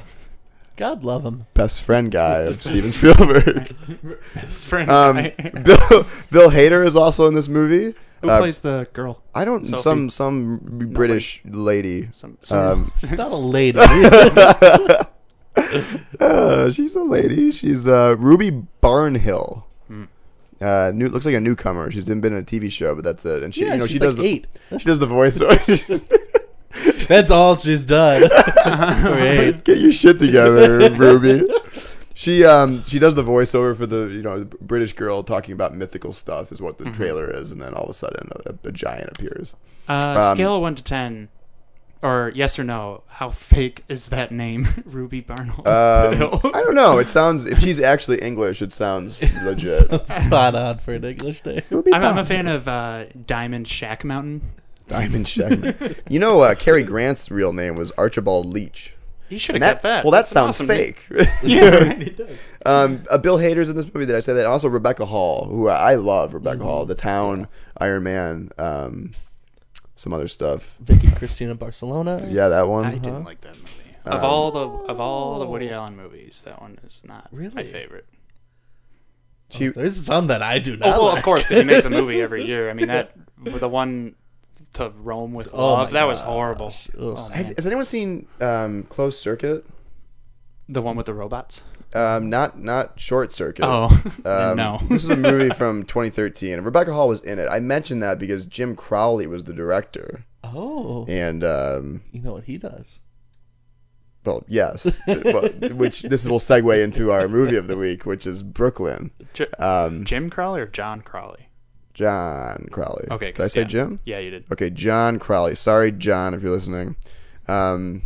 Speaker 4: God love him.
Speaker 2: best friend guy
Speaker 3: [laughs]
Speaker 2: of Steven Spielberg.
Speaker 3: [laughs] His friend.
Speaker 2: uh, Um, Bill Bill Hader is also in this movie.
Speaker 3: Who
Speaker 2: Uh,
Speaker 3: plays the girl?
Speaker 2: I don't
Speaker 3: Sophie.
Speaker 2: some some British lady.
Speaker 3: Some, some
Speaker 2: Um,
Speaker 3: [laughs]
Speaker 4: She's not a lady.
Speaker 2: [laughs] uh, she's a lady. She's uh, Ruby Barnhill. Uh, new looks like a newcomer. She's been in a TV show, but that's it. And she,
Speaker 4: yeah,
Speaker 2: you know,
Speaker 4: she's
Speaker 2: she
Speaker 4: like
Speaker 2: does the
Speaker 4: eight.
Speaker 2: she does the
Speaker 4: [laughs]
Speaker 2: [laughs] voiceover.
Speaker 4: That's all
Speaker 3: [laughs]
Speaker 4: she's done. Great.
Speaker 2: Get your shit
Speaker 4: [laughs]
Speaker 2: together, Ruby. She um she does the voiceover for the you know the British girl talking about mythical stuff is what the trailer is, and then all of a sudden a, a giant appears.
Speaker 3: uh,
Speaker 2: um,
Speaker 3: scale of one to ten, or yes or no? How fake is that name, [laughs] Ruby Barnhill?
Speaker 2: Um, I don't know. It sounds if she's actually English, it
Speaker 4: [laughs]
Speaker 2: sounds legit.
Speaker 4: Spot on for an English name.
Speaker 2: Ruby
Speaker 3: I'm, I'm a
Speaker 2: Barnhill.
Speaker 3: fan of uh, Diamond Shack Mountain.
Speaker 2: Diamond Shackman. you know, uh, Cary Grant's real name was Archibald Leach.
Speaker 3: You should have
Speaker 2: And that,
Speaker 3: got that.
Speaker 2: well, that
Speaker 3: That's an
Speaker 2: sounds
Speaker 3: awesome name.
Speaker 2: fake. um, uh, Bill Hader's in this movie. Did I say that? Also, Rebecca Hall, who I I love. Rebecca Hall, The Town, Iron Man, um, some other stuff.
Speaker 4: Vicky Cristina Barcelona.
Speaker 2: Yeah, that one.
Speaker 3: I didn't like that movie.
Speaker 2: Um,
Speaker 3: Of all the of all the Woody Allen movies, that one is not my
Speaker 4: Really?
Speaker 3: favorite.
Speaker 2: She,
Speaker 4: There's some that I do not.
Speaker 3: Oh, well,
Speaker 4: like.
Speaker 3: of course, because he
Speaker 2: [laughs]
Speaker 3: makes a movie every year. I mean, that the one to Rome with
Speaker 2: Oh
Speaker 3: love
Speaker 4: my
Speaker 3: that was horrible.
Speaker 4: Ugh.
Speaker 2: have- has anyone seen um, Closed Circuit?
Speaker 3: The one with the robots.
Speaker 2: Um, not not Short Circuit.
Speaker 3: [laughs] Oh
Speaker 2: Um,
Speaker 3: no,
Speaker 2: this is a movie from [laughs] 2013. and Rebecca Hall was in it. I mentioned that because Jim Crowley was the director,
Speaker 4: Oh,
Speaker 2: and um,
Speaker 4: you know what he does?
Speaker 2: well, yes, well,
Speaker 3: [laughs]
Speaker 2: which this will segue into our movie of the week, which is Brooklyn.
Speaker 3: J-
Speaker 2: Um,
Speaker 3: Jim Crowley or John Crowley?
Speaker 2: John Crowley.
Speaker 3: Okay,
Speaker 2: did I
Speaker 3: 'cause,
Speaker 2: say
Speaker 3: yeah.
Speaker 2: Jim?
Speaker 3: Yeah, you did.
Speaker 2: Okay, John Crowley. Sorry, John, if you're listening. Um,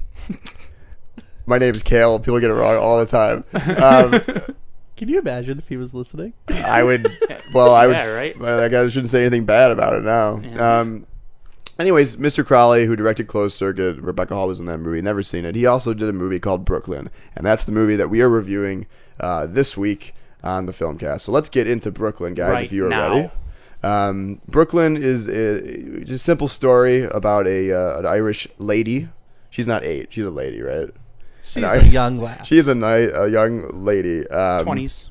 Speaker 2: [laughs] my name's Kale. People get it wrong all the
Speaker 3: [laughs]
Speaker 2: time. Um,
Speaker 4: Can you imagine if he
Speaker 2: [laughs]
Speaker 4: was listening?
Speaker 2: I would.
Speaker 3: [laughs]
Speaker 2: Well, I would.
Speaker 3: Yeah, right?
Speaker 2: well, like, I shouldn't say anything bad about it now. Um, anyways, Mr. Crowley, who directed Closed Circuit, Rebecca Hall was in that movie. Never seen it. He also did a movie called Brooklyn, and that's the movie that we are reviewing uh, this week on the Filmcast. So let's get into Brooklyn, guys, if
Speaker 3: Right
Speaker 2: you are
Speaker 3: now.
Speaker 2: ready. Um, Brooklyn is a, it's a simple story about a uh, an Irish lady. She's not eight. She's a lady, right?
Speaker 4: She's
Speaker 2: I-
Speaker 4: a young
Speaker 2: [laughs]
Speaker 4: lass.
Speaker 2: She's a, ni- a young lady. Um,
Speaker 3: Twenties.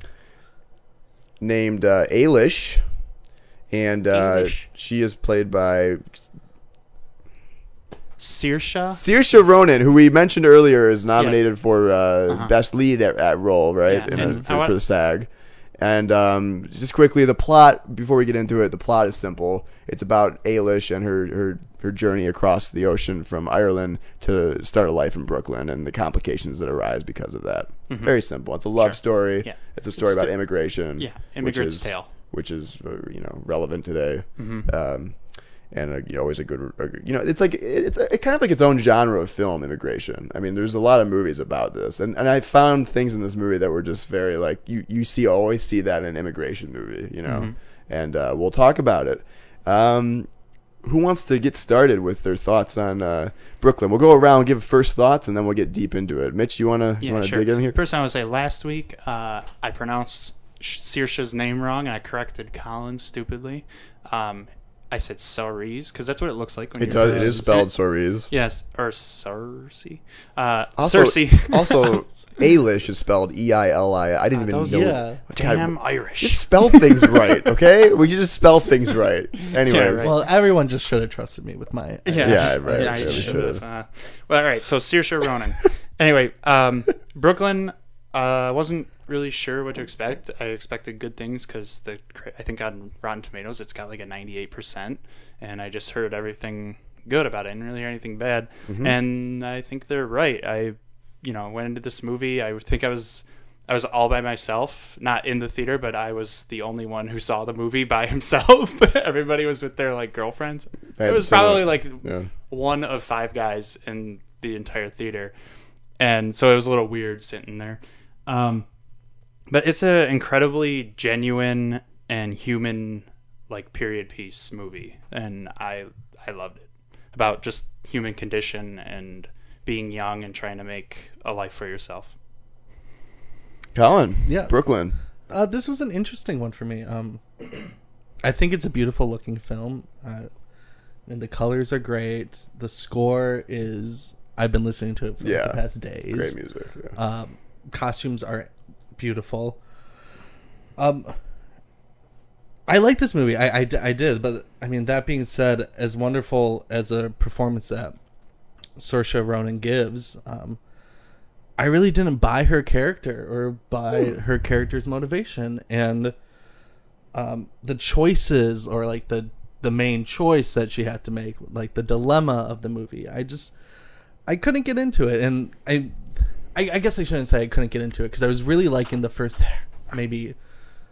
Speaker 2: named uh, Ailish, and uh,
Speaker 3: Eilish.
Speaker 2: she is played by
Speaker 3: Searsha.
Speaker 2: Saoirse Ronan, who we mentioned earlier is nominated for uh, best lead at, at role, right,
Speaker 3: Uh-huh. Yeah,
Speaker 2: in a-
Speaker 3: and I
Speaker 2: for,
Speaker 3: wa-
Speaker 2: for the SAG. And um, just quickly, the plot before we get into it, the plot is simple. It's about Ailish and her her her journey across the ocean from Ireland to start a life in Brooklyn and the complications that arise because of that. Very simple. It's a love story.
Speaker 3: Mm-hmm. Yeah.
Speaker 2: It's a story about immigration.
Speaker 3: yeah,
Speaker 2: which
Speaker 3: immigrant's
Speaker 2: is-
Speaker 3: tale. Mm-hmm.
Speaker 2: which is uh, you know relevant today. Um, and uh, you know, always a good, a good- you know, it's like it's a, kind of like its own genre of film, immigration. I mean, there's a lot of movies about this, and, and I found things in this movie that were just very like you you see always see that in an immigration movie, you know.
Speaker 3: Mm-hmm.
Speaker 2: And uh, we'll talk about it. Um, who wants to get started with their thoughts on uh, Brooklyn? We'll go around, give first thoughts, and then we'll get deep into it. Mitch, you wanna you
Speaker 3: Yeah,
Speaker 2: wanna
Speaker 3: sure.
Speaker 2: dig in here?
Speaker 3: First, I would say last week uh, I pronounced Sh- Saoirse's name wrong, and I corrected Colin stupidly. Um, I said Saris because that's what it looks like when
Speaker 2: It
Speaker 3: you're
Speaker 2: does. It is spelled Sorries.
Speaker 3: Yes, or Cersei. Uh,
Speaker 2: Also, [laughs]
Speaker 3: Cersei. [laughs]
Speaker 2: also, Ailish is spelled E I L I. I
Speaker 4: Uh,
Speaker 2: didn't even
Speaker 3: those-
Speaker 2: know.
Speaker 4: yeah.
Speaker 2: God,
Speaker 3: Damn Irish.
Speaker 2: just spell things
Speaker 3: [laughs]
Speaker 2: right, okay? We can just spell things right. Anyways,
Speaker 3: right.
Speaker 4: Well, everyone just should have trusted me with my.
Speaker 2: Yeah, right,
Speaker 3: Yeah,
Speaker 2: right,
Speaker 3: you
Speaker 2: we
Speaker 3: should've,
Speaker 2: should've.
Speaker 3: uh, well, all right. So Saoirse Ronan. anyway, um, Brooklyn. I uh, wasn't really sure what to expect. I expected good things because the cri- I think on Rotten Tomatoes it's got like a ninety eight percent, and I just heard everything good about it. I didn't really hear anything bad, and I think they're right. I, you know, went into this movie. I would think I was. I was all by myself, not in the theater, but I was the only one who saw the movie by [laughs] himself. Everybody was with their like girlfriends.
Speaker 2: had
Speaker 3: It was
Speaker 2: similar-
Speaker 3: probably like
Speaker 2: Yeah.
Speaker 3: one of five guys in the entire theater, and so it was a little weird sitting there. Um, but it's an incredibly genuine and human, like period piece movie, and I I loved it about just human condition and being young and trying to make a life for yourself.
Speaker 2: Colin,
Speaker 4: Yeah.
Speaker 2: Brooklyn.
Speaker 4: Uh, this was an interesting one for me. Um, I think it's a beautiful looking film, uh, and the colors are great. The score is. I've been listening to it for like,
Speaker 2: Yeah.
Speaker 4: the past days.
Speaker 2: Great music. yeah.
Speaker 4: Um, costumes are beautiful. Um, I like this movie. I, I, d- I did, but I mean that being said, as wonderful as a performance that Saoirse Ronan gives, um, I really didn't buy her character or buy her character's motivation and um, the choices or like the the main choice that she had to make, like the dilemma of the movie. I just I couldn't get into it, and I, I, I guess I shouldn't say I couldn't get into it because I was really liking the first maybe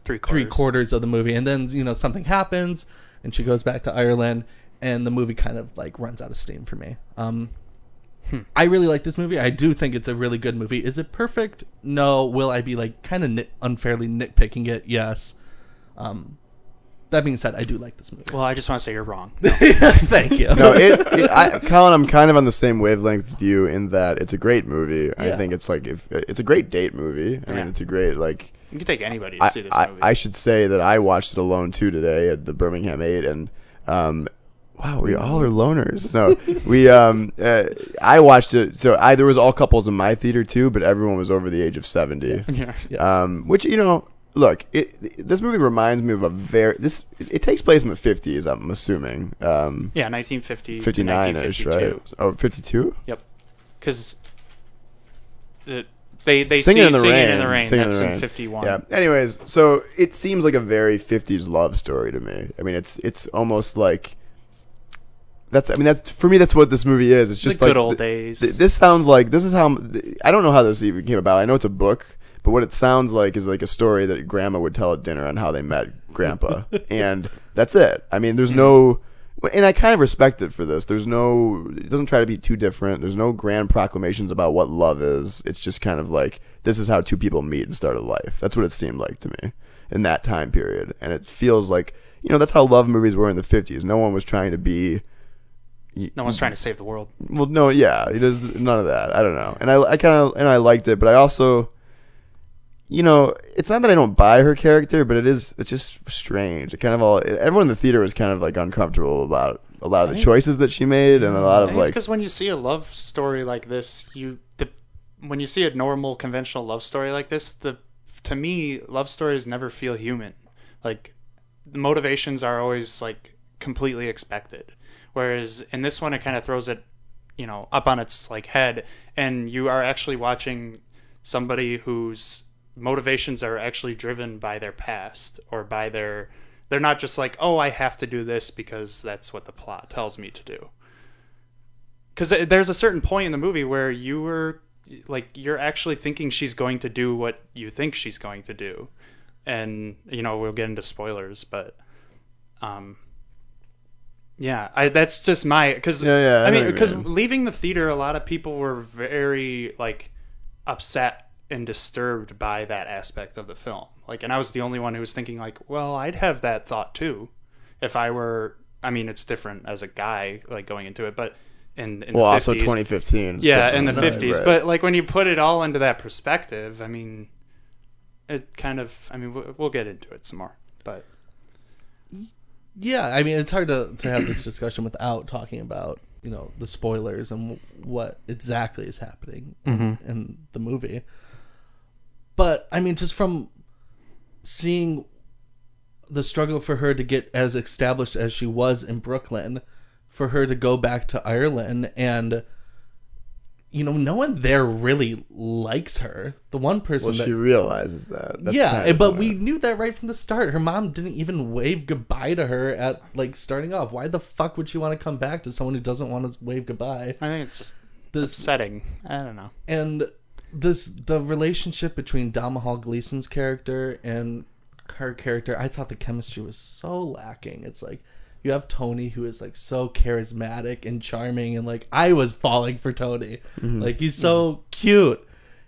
Speaker 3: Three quarters.
Speaker 4: three quarters of the movie, and then you know something happens, and she goes back to Ireland, and the movie kind of like runs out of steam for me. Um,
Speaker 3: Hmm.
Speaker 4: I really like this movie. I do think it's a really good movie. Is it perfect? No. Will I be like kind of nit- unfairly nitpicking it? Yes. Um, that being said, I do like this movie. [laughs]
Speaker 3: Well, I just want to say you're wrong.
Speaker 4: Thank you.
Speaker 2: No,
Speaker 4: [laughs]
Speaker 2: it, it I, Colin, I'm kind of on the same wavelength with you in that it's a great movie. I
Speaker 4: Yeah.
Speaker 2: think it's like if it's a great date movie. I mean,
Speaker 3: Yeah.
Speaker 2: it's a great like.
Speaker 3: You can take anybody to
Speaker 2: I,
Speaker 3: see this
Speaker 2: I,
Speaker 3: movie.
Speaker 2: I should say that I watched it alone too today at the Birmingham Eight, and um, wow, we all are loners. No,
Speaker 3: [laughs]
Speaker 2: we um, uh, I watched it. So I there was all couples in my theater too, but everyone was over the age of seventy.
Speaker 3: Yeah. [laughs]
Speaker 2: Um, which you know, look, it, this movie reminds me of a very this. It takes place in the fifties. I'm assuming. Um,
Speaker 3: yeah, 1950 to
Speaker 2: 59-ish, right?
Speaker 3: 1952.
Speaker 2: Oh, 52?
Speaker 3: Yep. Because they they
Speaker 2: Singing
Speaker 3: see
Speaker 2: in the
Speaker 3: singing
Speaker 2: rain.
Speaker 3: in the rain.
Speaker 2: Singing
Speaker 3: That's
Speaker 2: the
Speaker 3: in,
Speaker 2: Rain.
Speaker 3: 51.
Speaker 2: Yeah. Anyways, so it seems like a very 50s love story to me. I mean, it's it's almost like that's I mean that's for me that's what this movie is. It's just
Speaker 3: The
Speaker 2: like
Speaker 3: good old
Speaker 2: th-
Speaker 3: days.
Speaker 2: this sounds like this is how th- I don't know how this even came about. I know it's a book, but what it sounds like is like a story that grandma would tell at dinner on how they met grandpa. and that's it. I mean, there's no and I kind of respect it for this. There's no it doesn't try to be too different. There's no grand proclamations about what love is. It's just kind of like this is how two people meet and start a life. That's what it seemed like to me in that time period. And it feels like, you know, that's how love movies were in the 50s. No one was trying to be
Speaker 3: No one's trying to save the world.
Speaker 2: well, no, yeah, it is none of that. I don't know, and I, I kind of, and I liked it, but I also, you know, it's not that I don't buy her character, but it is, it's just strange. It kind of all, everyone in the theater was kind of like uncomfortable about a lot of the choices that she made, and a lot of like,
Speaker 3: because when you see a love story like this, you the when you see a normal conventional love story like this, the to me love stories never feel human. Like the motivations are always like completely expected, whereas in this one it kind of throws it, you know, up on its like head, and you are actually watching somebody whose motivations are actually driven by their past or by their they're not just like oh i have to do this because that's what the plot tells me to do because there's a certain point in the movie where you were like you're actually thinking she's going to do what you think she's going to do and you know we'll get into spoilers but um yeah i that's just my because
Speaker 2: Yeah, yeah, I
Speaker 3: i
Speaker 2: know
Speaker 3: mean
Speaker 2: what you
Speaker 3: because
Speaker 2: mean.
Speaker 3: leaving the theater a lot of people were very like upset and disturbed by that aspect of the film like and i was the only one who was thinking like well i'd have that thought too if i were i mean it's different as a guy like going into it but in, in
Speaker 2: well,
Speaker 3: the
Speaker 2: also
Speaker 3: 50s,
Speaker 2: 2015, it's
Speaker 3: yeah in the
Speaker 2: different. Right,
Speaker 3: 50s
Speaker 2: right.
Speaker 3: but like when you put it all into that perspective i mean it kind of i mean we'll, we'll get into it some more but
Speaker 4: yeah i mean it's hard to, to have this discussion without talking about you know the spoilers and what exactly is happening
Speaker 2: Mm-hmm.
Speaker 4: in, in the movie but i mean just from seeing the struggle for her to get as established as she was in brooklyn for her to go back to ireland
Speaker 2: Mm-hmm.
Speaker 4: and you know no one there really likes her the one person
Speaker 2: well,
Speaker 4: that
Speaker 2: she realizes that. That's
Speaker 4: yeah,
Speaker 2: kind of the
Speaker 4: but
Speaker 2: point.
Speaker 4: we knew that right from the start. Her mom didn't even wave goodbye to her at like starting off. Why the fuck would she want to come back to someone who doesn't want to wave goodbye?
Speaker 3: i think it's just
Speaker 4: This
Speaker 3: setting i don't know
Speaker 4: and this the relationship between Domahal Gleason's character and her character, I thought the chemistry was so lacking. It's like you have Tony who is like so charismatic and charming and like I was falling for Tony. Like he's so cute.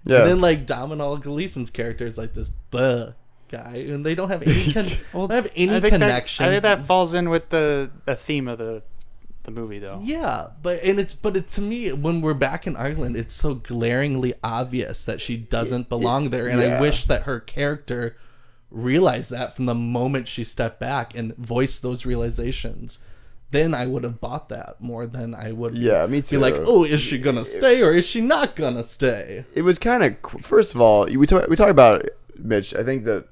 Speaker 2: Yeah.
Speaker 4: And then like Domhnall Gleason's character is like this bleh guy and they don't have any con- they don't have any
Speaker 3: I think,
Speaker 4: connection.
Speaker 3: That, I think that falls in with the, the theme of the the movie though
Speaker 4: Yeah, but and it's but it, to me when we're back in Ireland, it's so glaringly obvious that she doesn't belong there, and
Speaker 2: yeah.
Speaker 4: I wish that her character realized that from the moment she stepped back and voiced those realizations. Then I would have bought that more than I would.
Speaker 2: Yeah, me
Speaker 4: Be like,
Speaker 2: too.
Speaker 4: oh, is she gonna stay or is she not gonna stay?
Speaker 2: it was kind of first of all you- we talk, we talk about it, Mitch. I think that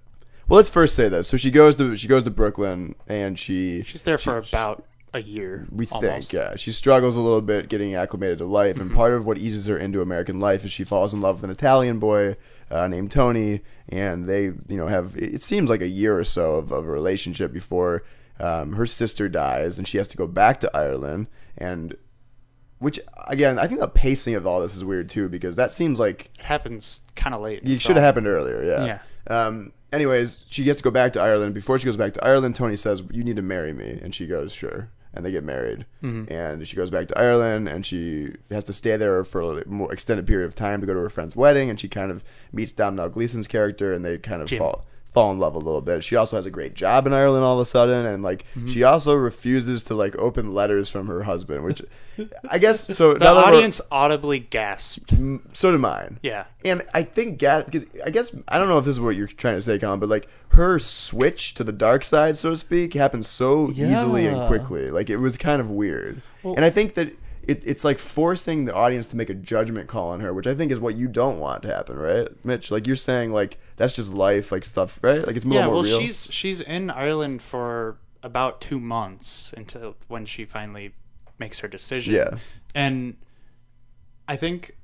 Speaker 2: Well, let's first say this. So she goes to she goes to Brooklyn and she
Speaker 3: She's there for about a year.
Speaker 2: we
Speaker 3: almost.
Speaker 2: think yeah she struggles a little bit getting acclimated to life and part of what eases her into american life is she falls in love with an italian boy uh, named tony and they you know have it seems like a year or so of, of a relationship before um, her sister dies and she has to go back to ireland and which again i think the pacing of all this is weird too because that seems like
Speaker 3: It happens kind of late. in the
Speaker 2: it should have
Speaker 3: film.
Speaker 2: happened earlier yeah um, anyways she gets to go back to ireland before she goes back to ireland tony says you need to marry me and she goes sure and they get married
Speaker 3: Mm-hmm.
Speaker 2: and she goes back to ireland and she has to stay there for a more extended period of time to go to her friend's wedding and she kind of meets domhnall gleeson's character and they kind of fall fall in love a little bit she also has a great job in ireland all of a sudden and like
Speaker 3: Mm-hmm.
Speaker 2: she also refuses to like open letters from her husband
Speaker 3: [laughs]
Speaker 2: which i guess so
Speaker 3: The audience audibly gasped.
Speaker 2: so did mine
Speaker 3: Yeah.
Speaker 2: and I think Gat because I guess I don't know if this is what you're trying to say, Colin, but like her switch to the dark side, so to speak, happened so easily and
Speaker 4: Yeah.
Speaker 2: quickly. Like it was kind of weird. and I think that it, it's like forcing the audience to make a judgment call on her, which I think is what you don't want to happen, right, Mitch? Like you're saying, like that's just life, like stuff, right? Like it's a little
Speaker 3: Yeah,
Speaker 2: more
Speaker 3: well,
Speaker 2: real.
Speaker 3: she's she's in Ireland for about two months until when she finally makes her decision.
Speaker 2: Yeah.
Speaker 3: and I think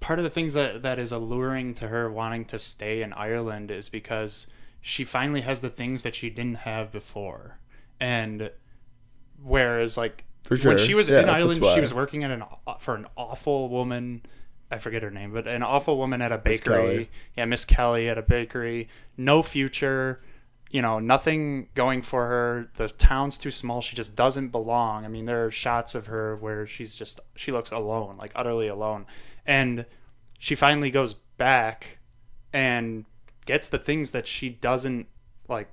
Speaker 3: part of the things that that is alluring to her wanting to stay in Ireland is because she finally has the things that she didn't have before, and whereas like
Speaker 2: For
Speaker 3: when
Speaker 2: sure.
Speaker 3: she was
Speaker 2: Yeah,
Speaker 3: in
Speaker 2: that's
Speaker 3: Ireland,
Speaker 2: why.
Speaker 3: she was working at an aw- uh, for an awful woman. I forget her name, but an awful woman at a bakery.
Speaker 2: Kelly.
Speaker 3: Yeah, Miss Kelly at a bakery. No future. You know, nothing going for her. The town's too small. She just doesn't belong. I mean, there are shots of her where she's just she looks alone, like utterly alone. And she finally goes back and gets the things that she doesn't like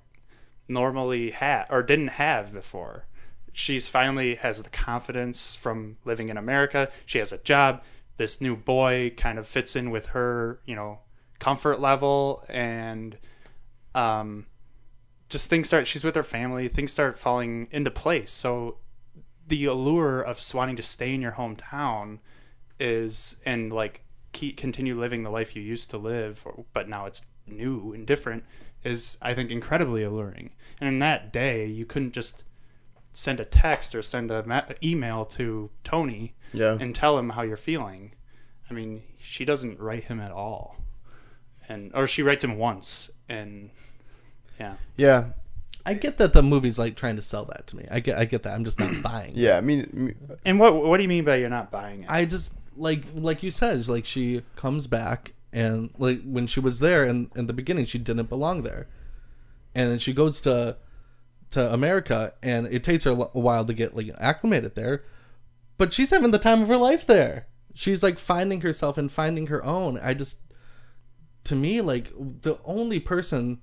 Speaker 3: normally had or didn't have before. She's finally has the confidence from living in America. She has a job. This new boy kind of fits in with her, you know, comfort level and um just things start she's with her family, things start falling into place. So the allure of wanting to stay in your hometown is and like keep continue living the life you used to live or, but now it's new and different is i think incredibly alluring and in that day you couldn't just send a text or send a ma- email to tony
Speaker 2: Yeah.
Speaker 3: and tell him how you're feeling i mean she doesn't write him at all and or she writes him once and yeah
Speaker 2: yeah,
Speaker 4: I get that the movie's like trying to sell that to me. I get, I get that. I'm just not buying. it.
Speaker 2: yeah. I mean, m-
Speaker 3: and what what do you mean by you're not buying it
Speaker 4: I just like like you said, like she comes back and like when she was there and in the beginning she didn't belong there. And then she goes to to America and it takes her a lo- a while to get like acclimated there, but she's having the time of her life there. She's like finding herself and finding her own. I just to me like the only person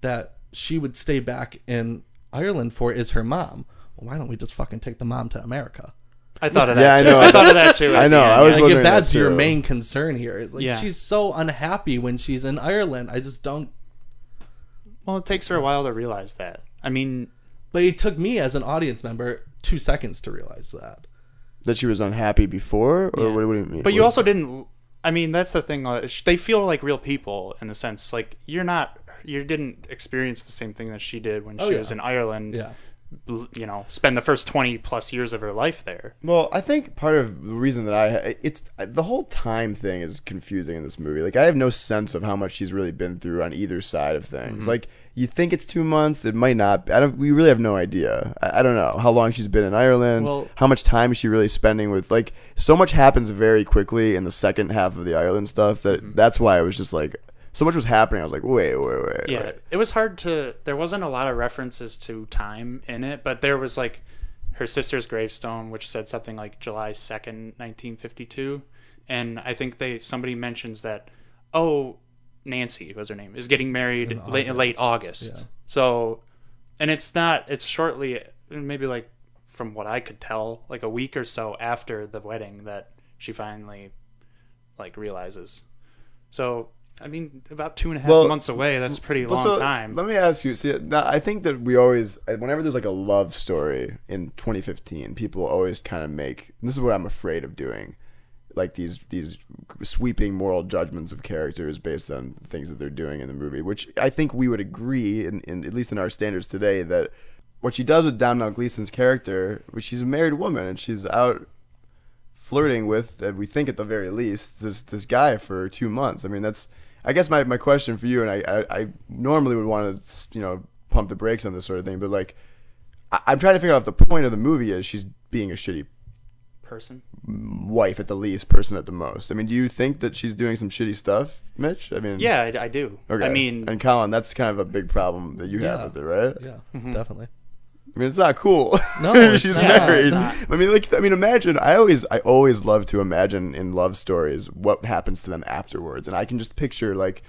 Speaker 4: that she would stay back in Ireland for is her mom. Well, why don't we just fucking take the mom to America?
Speaker 3: i thought of that
Speaker 2: yeah. I
Speaker 3: too.
Speaker 2: know.
Speaker 3: [laughs] i thought of that too
Speaker 2: I know. I was
Speaker 4: like
Speaker 2: wondering
Speaker 4: if that's
Speaker 2: that
Speaker 4: your
Speaker 2: too.
Speaker 4: main concern here like
Speaker 3: Yeah.
Speaker 4: she's so unhappy when she's in ireland i just don't
Speaker 3: well it takes her a while to realize that i mean
Speaker 4: but it took me as an audience member two seconds to realize that
Speaker 2: that she was unhappy before, or what, what do you mean?
Speaker 3: But you
Speaker 2: What-
Speaker 3: also didn't. I mean, that's the thing. uh, sh- They feel like real people in the sense like you're not. You didn't experience the same thing that she did when she
Speaker 4: yeah.
Speaker 3: was in Ireland.
Speaker 4: yeah
Speaker 3: l- You know, spend the first twenty plus years of her life there.
Speaker 2: Well, I think part of the reason that I it's the whole time thing is confusing in this movie. Like I have no sense of how much she's really been through on either side of things.
Speaker 3: Mm-hmm.
Speaker 2: Like you think it's two months, it might not. be. I don't. We really have no idea. I, I don't know how long she's been in Ireland.
Speaker 3: Well-
Speaker 2: how much time is she really spending with? Like so much happens very quickly in the second half of the Ireland stuff. That
Speaker 3: Mm-hmm.
Speaker 2: that's why I was just like so much was happening. I was like, wait, wait, wait.
Speaker 3: Yeah,
Speaker 2: wait.
Speaker 3: it was hard to. There wasn't a lot of references to time in it, but there was like her sister's gravestone, which said something like July second, nineteen fifty-two, and I think they somebody mentions that. Oh, Nancy was her name is getting married la- late, late August. So, and it's not. It's shortly, maybe like from what I could tell, like a week or so after the wedding that she finally like realizes. So I mean, about two and a half
Speaker 2: Well,
Speaker 3: months away. That's a pretty
Speaker 2: Well,
Speaker 3: long
Speaker 2: so,
Speaker 3: time.
Speaker 2: Let me ask you. See, now, I think that we always, whenever there's like a love story in 2015, people always kind of make. and This is what I'm afraid of doing. like these these sweeping moral judgments of characters based on things that they're doing in the movie, which I think we would agree, in, in at least in our standards today, that what she does with Domhnall Gleeson's character, which she's a married woman and she's out flirting with, and we think at the very least, this this guy for two months. I mean, that's I guess my, my question for you, and I, I, I normally would want to you know pump the brakes on this sort of thing, but like I, I'm trying to figure out if the point of the movie is she's being a shitty
Speaker 3: person.
Speaker 2: wife at the least, person at the most. I mean, do you think that she's doing some shitty stuff, Mitch? I mean,
Speaker 3: Yeah, I, I do.
Speaker 2: Okay.
Speaker 3: I mean,
Speaker 2: and Colin, that's kind of a big problem that you
Speaker 4: Yeah.
Speaker 2: have with it, right?
Speaker 4: Yeah,
Speaker 3: Mm-hmm.
Speaker 4: definitely.
Speaker 2: I mean, it's not cool. [laughs]
Speaker 4: No, it's
Speaker 2: she's
Speaker 4: not.
Speaker 2: married.
Speaker 4: It's not.
Speaker 2: I mean, like, I mean, imagine. I always, I always love to imagine in love stories what happens to them afterwards, and I can just picture like,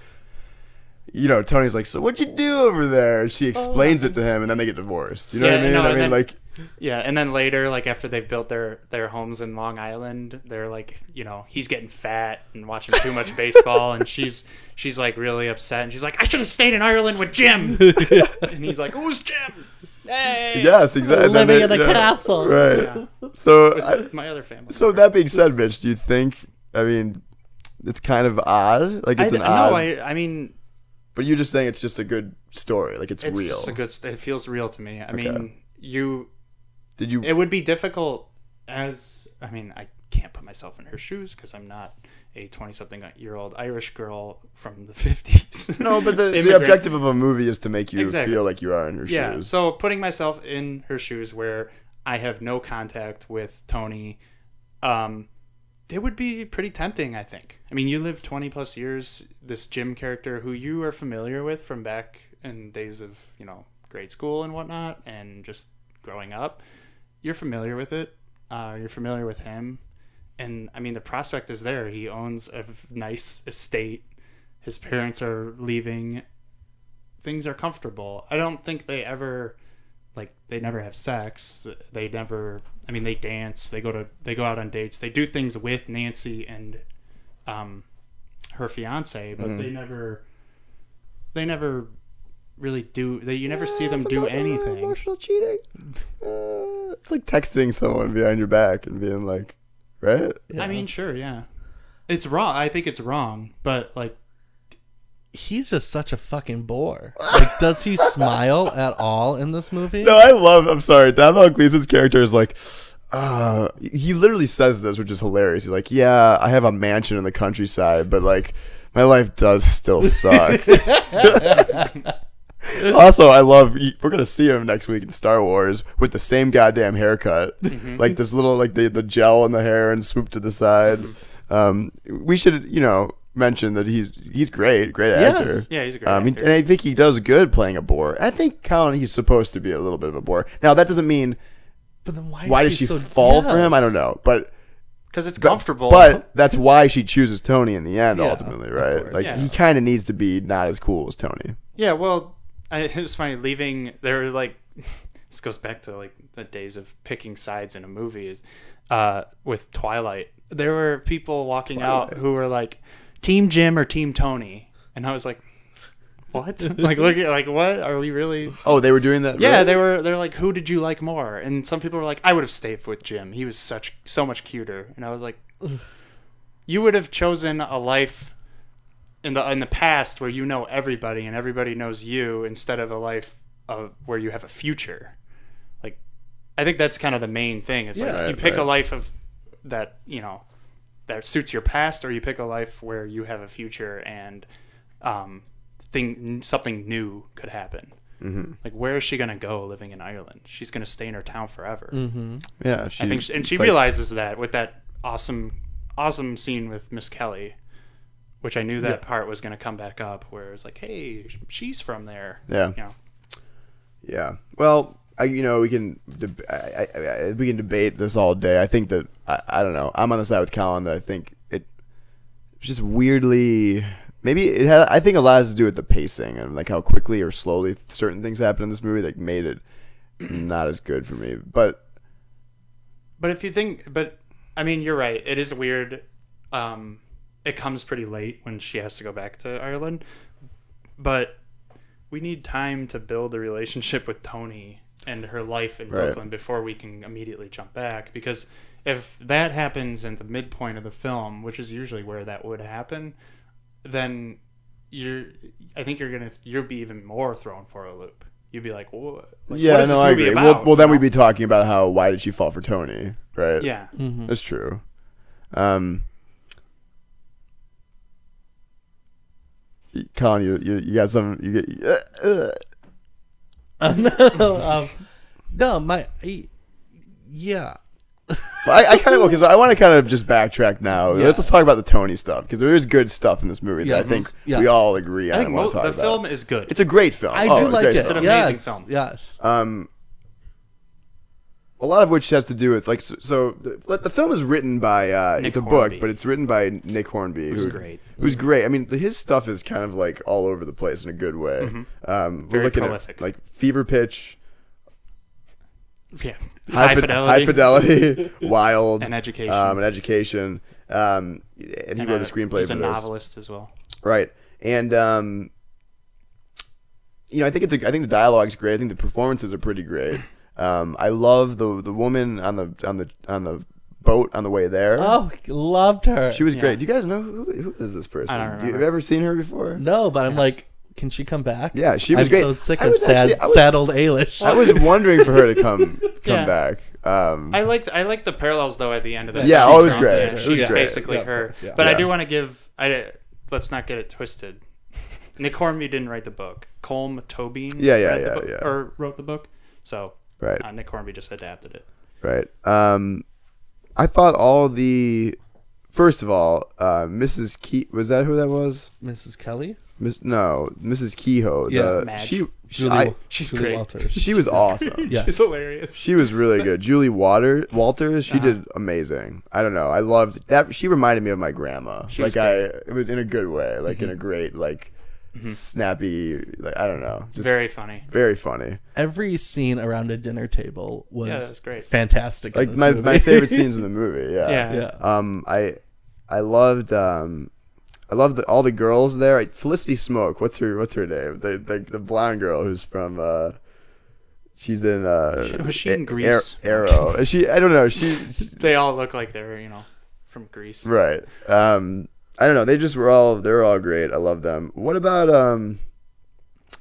Speaker 2: you know, Tony's like, "So what'd you do over there?" And she explains it to him, and then they get divorced. You know what I
Speaker 3: Yeah,
Speaker 2: mean?
Speaker 3: no,
Speaker 2: I mean,
Speaker 3: and then-
Speaker 2: like,
Speaker 3: yeah, and then later, like after they've built their their homes in Long Island, they're like, you know, he's getting fat and watching too much baseball, and she's she's like really upset, and she's like, I should have stayed in Ireland
Speaker 2: [laughs]
Speaker 3: with Jim, and he's like, Who's Jim? Hey,
Speaker 2: yes, exactly. And then
Speaker 4: Living
Speaker 2: they-
Speaker 4: in a
Speaker 3: [laughs]
Speaker 2: yeah,
Speaker 4: castle.
Speaker 2: right? So, I,
Speaker 3: my other family.
Speaker 2: so that being said, Mitch, do you think? I mean, it's kind of odd. Like,
Speaker 3: I,
Speaker 2: it's an
Speaker 3: no,
Speaker 2: odd.
Speaker 3: I I mean,
Speaker 2: but you're just saying it's just a good story. Like, it's,
Speaker 3: it's
Speaker 2: real.
Speaker 3: just a good. st- It feels real to me. I mean, you
Speaker 2: Did you?
Speaker 3: it would be difficult as i mean i can't put myself in her shoes because i'm not a 20 something year old irish girl from the 50s
Speaker 2: No, but
Speaker 3: [laughs]
Speaker 2: the, the
Speaker 3: Immigrant.
Speaker 2: objective of a movie is to make you
Speaker 3: Exactly.
Speaker 2: feel like you are in her
Speaker 3: yeah
Speaker 2: shoes.
Speaker 3: so putting myself in her shoes where i have no contact with tony um it would be pretty tempting i think i mean you live 20 plus years this jim character who you are familiar with from back in days of you know grade school and whatnot and just growing up you're familiar with it uh, you're familiar with him and i mean the prospect is there he owns a v- nice estate his parents are leaving things are comfortable. I don't think they ever like they never have sex. They never I mean they dance, they go to they go out on dates. They do things with Nancy and um her fiance, but they never they never really do they you never see them do anything.
Speaker 2: uh, Emotional cheating. [laughs] Uh, it's like texting someone behind your back and being like, right?
Speaker 3: I mean, sure, yeah. It's wrong. I think it's wrong, but like
Speaker 4: He's just such a fucking bore. Like, does he smile at all in this movie?
Speaker 2: No, I love. I'm sorry. Domhnall Gleeson's character is like, uh, he literally says this, which is hilarious. He's like, yeah, I have a mansion in the countryside, but like, my life does still suck. [laughs] also, I love. We're gonna see him next week in Star Wars with the same goddamn haircut, like this little like the the gel in the hair and swoop to the side. Um, we should, you know. Mention that he's he's great, great actor.
Speaker 3: yeah, he's a great
Speaker 2: Um, he-
Speaker 3: actor.
Speaker 2: and I think he does good playing a bore. I think Colin, he's supposed to be a little bit of a bore. Now that doesn't mean
Speaker 4: But then why?
Speaker 2: why
Speaker 4: is
Speaker 2: did she fall for him? I don't know, but
Speaker 3: cuz it's comfortable.
Speaker 2: but that's why she chooses Tony in the end,
Speaker 4: Yeah,
Speaker 2: ultimately,
Speaker 4: of
Speaker 2: right?
Speaker 4: course.
Speaker 2: Like
Speaker 3: Yeah.
Speaker 2: he kind of needs to be not as cool as Tony.
Speaker 3: Yeah, well, [laughs] I, it was funny leaving. There were like [laughs] this goes back to like the days of picking sides in a movie is uh, with Twilight. There were people walking out who were like Team Jim or Team Tony, and I was like, what? like look at like what are we really?
Speaker 2: Oh, they were doing that.
Speaker 3: Yeah,
Speaker 2: really?
Speaker 3: they were. They're like, who did you like more? And some people were like, I would have stayed with Jim. He was such so much cuter. And I was like, you would have chosen a life in the in the past where you know everybody and everybody knows you instead of a life of where you have a future. Like, I think that's kind of the main thing. Is
Speaker 2: Yeah,
Speaker 3: like you
Speaker 2: right,
Speaker 3: pick a
Speaker 2: right.
Speaker 3: life of that you know that suits your past, or you pick a life where you have a future and um, thing something new could happen. Like, where is she gonna go living in Ireland? She's gonna stay in her town forever.
Speaker 2: Yeah, she,
Speaker 3: I think, she, and she
Speaker 2: it's like-
Speaker 3: realizes that with that awesome, awesome scene with Miss Kelly, which I knew that part was gonna come back up, where it's like, hey, sh- she's from there.
Speaker 2: Yeah.
Speaker 3: You know,
Speaker 2: Yeah. Well, I, you know, we can deb- I, I, I, we can debate this all day. I think that I, I don't know. I'm on the side with Colin that I think it it's just weirdly maybe it had I think a lot has to do with the pacing and like how quickly or slowly certain things happen in this movie that made it [clears throat] not as good for me. But
Speaker 3: but if you think, but I mean, you're right. It is weird. Um, it comes pretty late when she has to go back to Ireland, but we need time to build a relationship with Tony and her life in
Speaker 2: Right.
Speaker 3: Brooklyn before we can immediately jump back because if that happens at the midpoint of the film, which is usually where that would happen, then you're I think you're gonna you'll be even more thrown for a loop. You'd be like, "Wha- like,
Speaker 2: yeah,
Speaker 3: what is
Speaker 2: no,
Speaker 3: this
Speaker 2: I
Speaker 3: movie
Speaker 2: agree.
Speaker 3: about?"
Speaker 2: well, well, then
Speaker 3: You
Speaker 2: we'd
Speaker 3: know?
Speaker 2: be talking about how why did she fall for Tony, right?
Speaker 3: yeah,
Speaker 2: that's true. Um, Colin, you you, you got some. You get, uh, uh,
Speaker 4: [laughs] no, um, no, my I- yeah.
Speaker 2: I, I kind of because I want to kind of just backtrack now. Let's just talk about the Tony stuff because there is good stuff in this movie that I
Speaker 4: Yes,
Speaker 2: think
Speaker 4: yes.
Speaker 2: we all agree.
Speaker 3: I
Speaker 2: on
Speaker 3: think
Speaker 2: and want
Speaker 3: mo-
Speaker 2: to talk
Speaker 3: the
Speaker 2: about.
Speaker 3: film is good.
Speaker 2: It's a great film.
Speaker 4: I
Speaker 2: Oh,
Speaker 4: do
Speaker 2: it's a
Speaker 4: like
Speaker 2: great
Speaker 4: it.
Speaker 2: film.
Speaker 3: It's an
Speaker 4: yes,
Speaker 3: amazing film.
Speaker 4: Yes.
Speaker 2: um, a lot of which has to do with like so, so the, like, the film is written by uh, it's a
Speaker 3: Hornby.
Speaker 2: book but it's written by Nick Hornby who's
Speaker 3: great.
Speaker 2: who's great I mean the, his stuff is kind of like all over the place in a good way um, we're
Speaker 3: Mm-hmm. Very
Speaker 2: looking
Speaker 3: prolific.
Speaker 2: at like Fever Pitch
Speaker 3: yeah,
Speaker 2: High,
Speaker 3: high
Speaker 2: Fi-
Speaker 3: fidelity,
Speaker 2: High Fidelity [laughs] Wild
Speaker 3: And Education.
Speaker 2: um, and Education um, and he
Speaker 3: And,
Speaker 2: wrote
Speaker 3: uh,
Speaker 2: the screenplay
Speaker 3: He's
Speaker 2: for
Speaker 3: a
Speaker 2: this
Speaker 3: novelist as well.
Speaker 2: Right. And um you know, I think it's a, I think the dialogue's great. I think the performances are pretty great. Um I love the the woman on the on the on the boat on the way there.
Speaker 4: Oh, loved her.
Speaker 2: she was great. Do you guys know who, who is this person?
Speaker 3: I
Speaker 2: Do
Speaker 3: don't
Speaker 2: you, have
Speaker 3: remember.
Speaker 2: you ever seen her before?
Speaker 4: no, but I'm like, can she come back?
Speaker 2: Yeah, she was
Speaker 4: I'm
Speaker 2: great.
Speaker 4: so sick
Speaker 2: I
Speaker 4: of
Speaker 2: was
Speaker 4: sad,
Speaker 2: actually- I was-
Speaker 4: sad old Ailish.
Speaker 2: I was
Speaker 4: [laughs]
Speaker 2: wondering for her to
Speaker 3: [laughs]
Speaker 2: come come
Speaker 3: Yeah.
Speaker 2: back. Um
Speaker 3: I liked I liked the parallels though at the end of that.
Speaker 2: Yeah,
Speaker 3: She
Speaker 2: oh, it was
Speaker 3: turns
Speaker 2: great.
Speaker 3: in.
Speaker 2: It was
Speaker 3: She's
Speaker 2: great.
Speaker 3: basically
Speaker 4: Yeah, of
Speaker 3: her.
Speaker 4: course, yeah.
Speaker 3: But I
Speaker 2: Yeah.
Speaker 3: do want to give. I let's not get it twisted. Nick Hornby didn't write the book. Colm Tobin.
Speaker 2: Yeah, yeah,
Speaker 3: read the
Speaker 2: yeah,
Speaker 3: book-
Speaker 2: yeah.
Speaker 3: Or wrote the book. So
Speaker 2: Right.
Speaker 3: uh, Nick Hornby just adapted it.
Speaker 2: Right. Um, I thought all the first of all, uh, Mrs. Key was that who that was?
Speaker 4: Mrs. Kelly.
Speaker 2: Miss no, Mrs. Kehoe.
Speaker 4: Yeah.
Speaker 2: the,
Speaker 3: Madge.
Speaker 2: she she,
Speaker 4: Julie,
Speaker 2: I,
Speaker 3: she's
Speaker 4: Julie
Speaker 3: great.
Speaker 4: Walters.
Speaker 2: she was awesome.
Speaker 4: [laughs] yes.
Speaker 3: hilarious.
Speaker 2: She was really good. Julie Water Walters, she did amazing. I don't know. I loved that. She reminded me of my grandma. like
Speaker 3: was
Speaker 2: I, it was in a good way. Like in a great, like snappy. Like I don't know. Just very,
Speaker 3: Very funny.
Speaker 2: funny.
Speaker 4: Every scene around a dinner table was
Speaker 3: Yeah, that's great.
Speaker 4: fantastic. in
Speaker 2: Like
Speaker 4: this
Speaker 2: my,
Speaker 4: movie.
Speaker 2: my favorite
Speaker 4: [laughs]
Speaker 2: scenes in the movie. Yeah.
Speaker 3: [laughs] Yeah.
Speaker 4: yeah.
Speaker 2: Um. I I loved um. I loved the, all the girls there. Like, Felicity Smoke. What's her What's her name? The the, the blonde girl who's from. uh She's in. uh
Speaker 3: Was she in
Speaker 2: A-
Speaker 3: Grease?
Speaker 2: Ar- Arrow. Is she. I don't know. She. she-
Speaker 3: They all look like they're you know from Greece.
Speaker 2: right. Um. I don't know. They just were all. They're all great. I love them. What about um.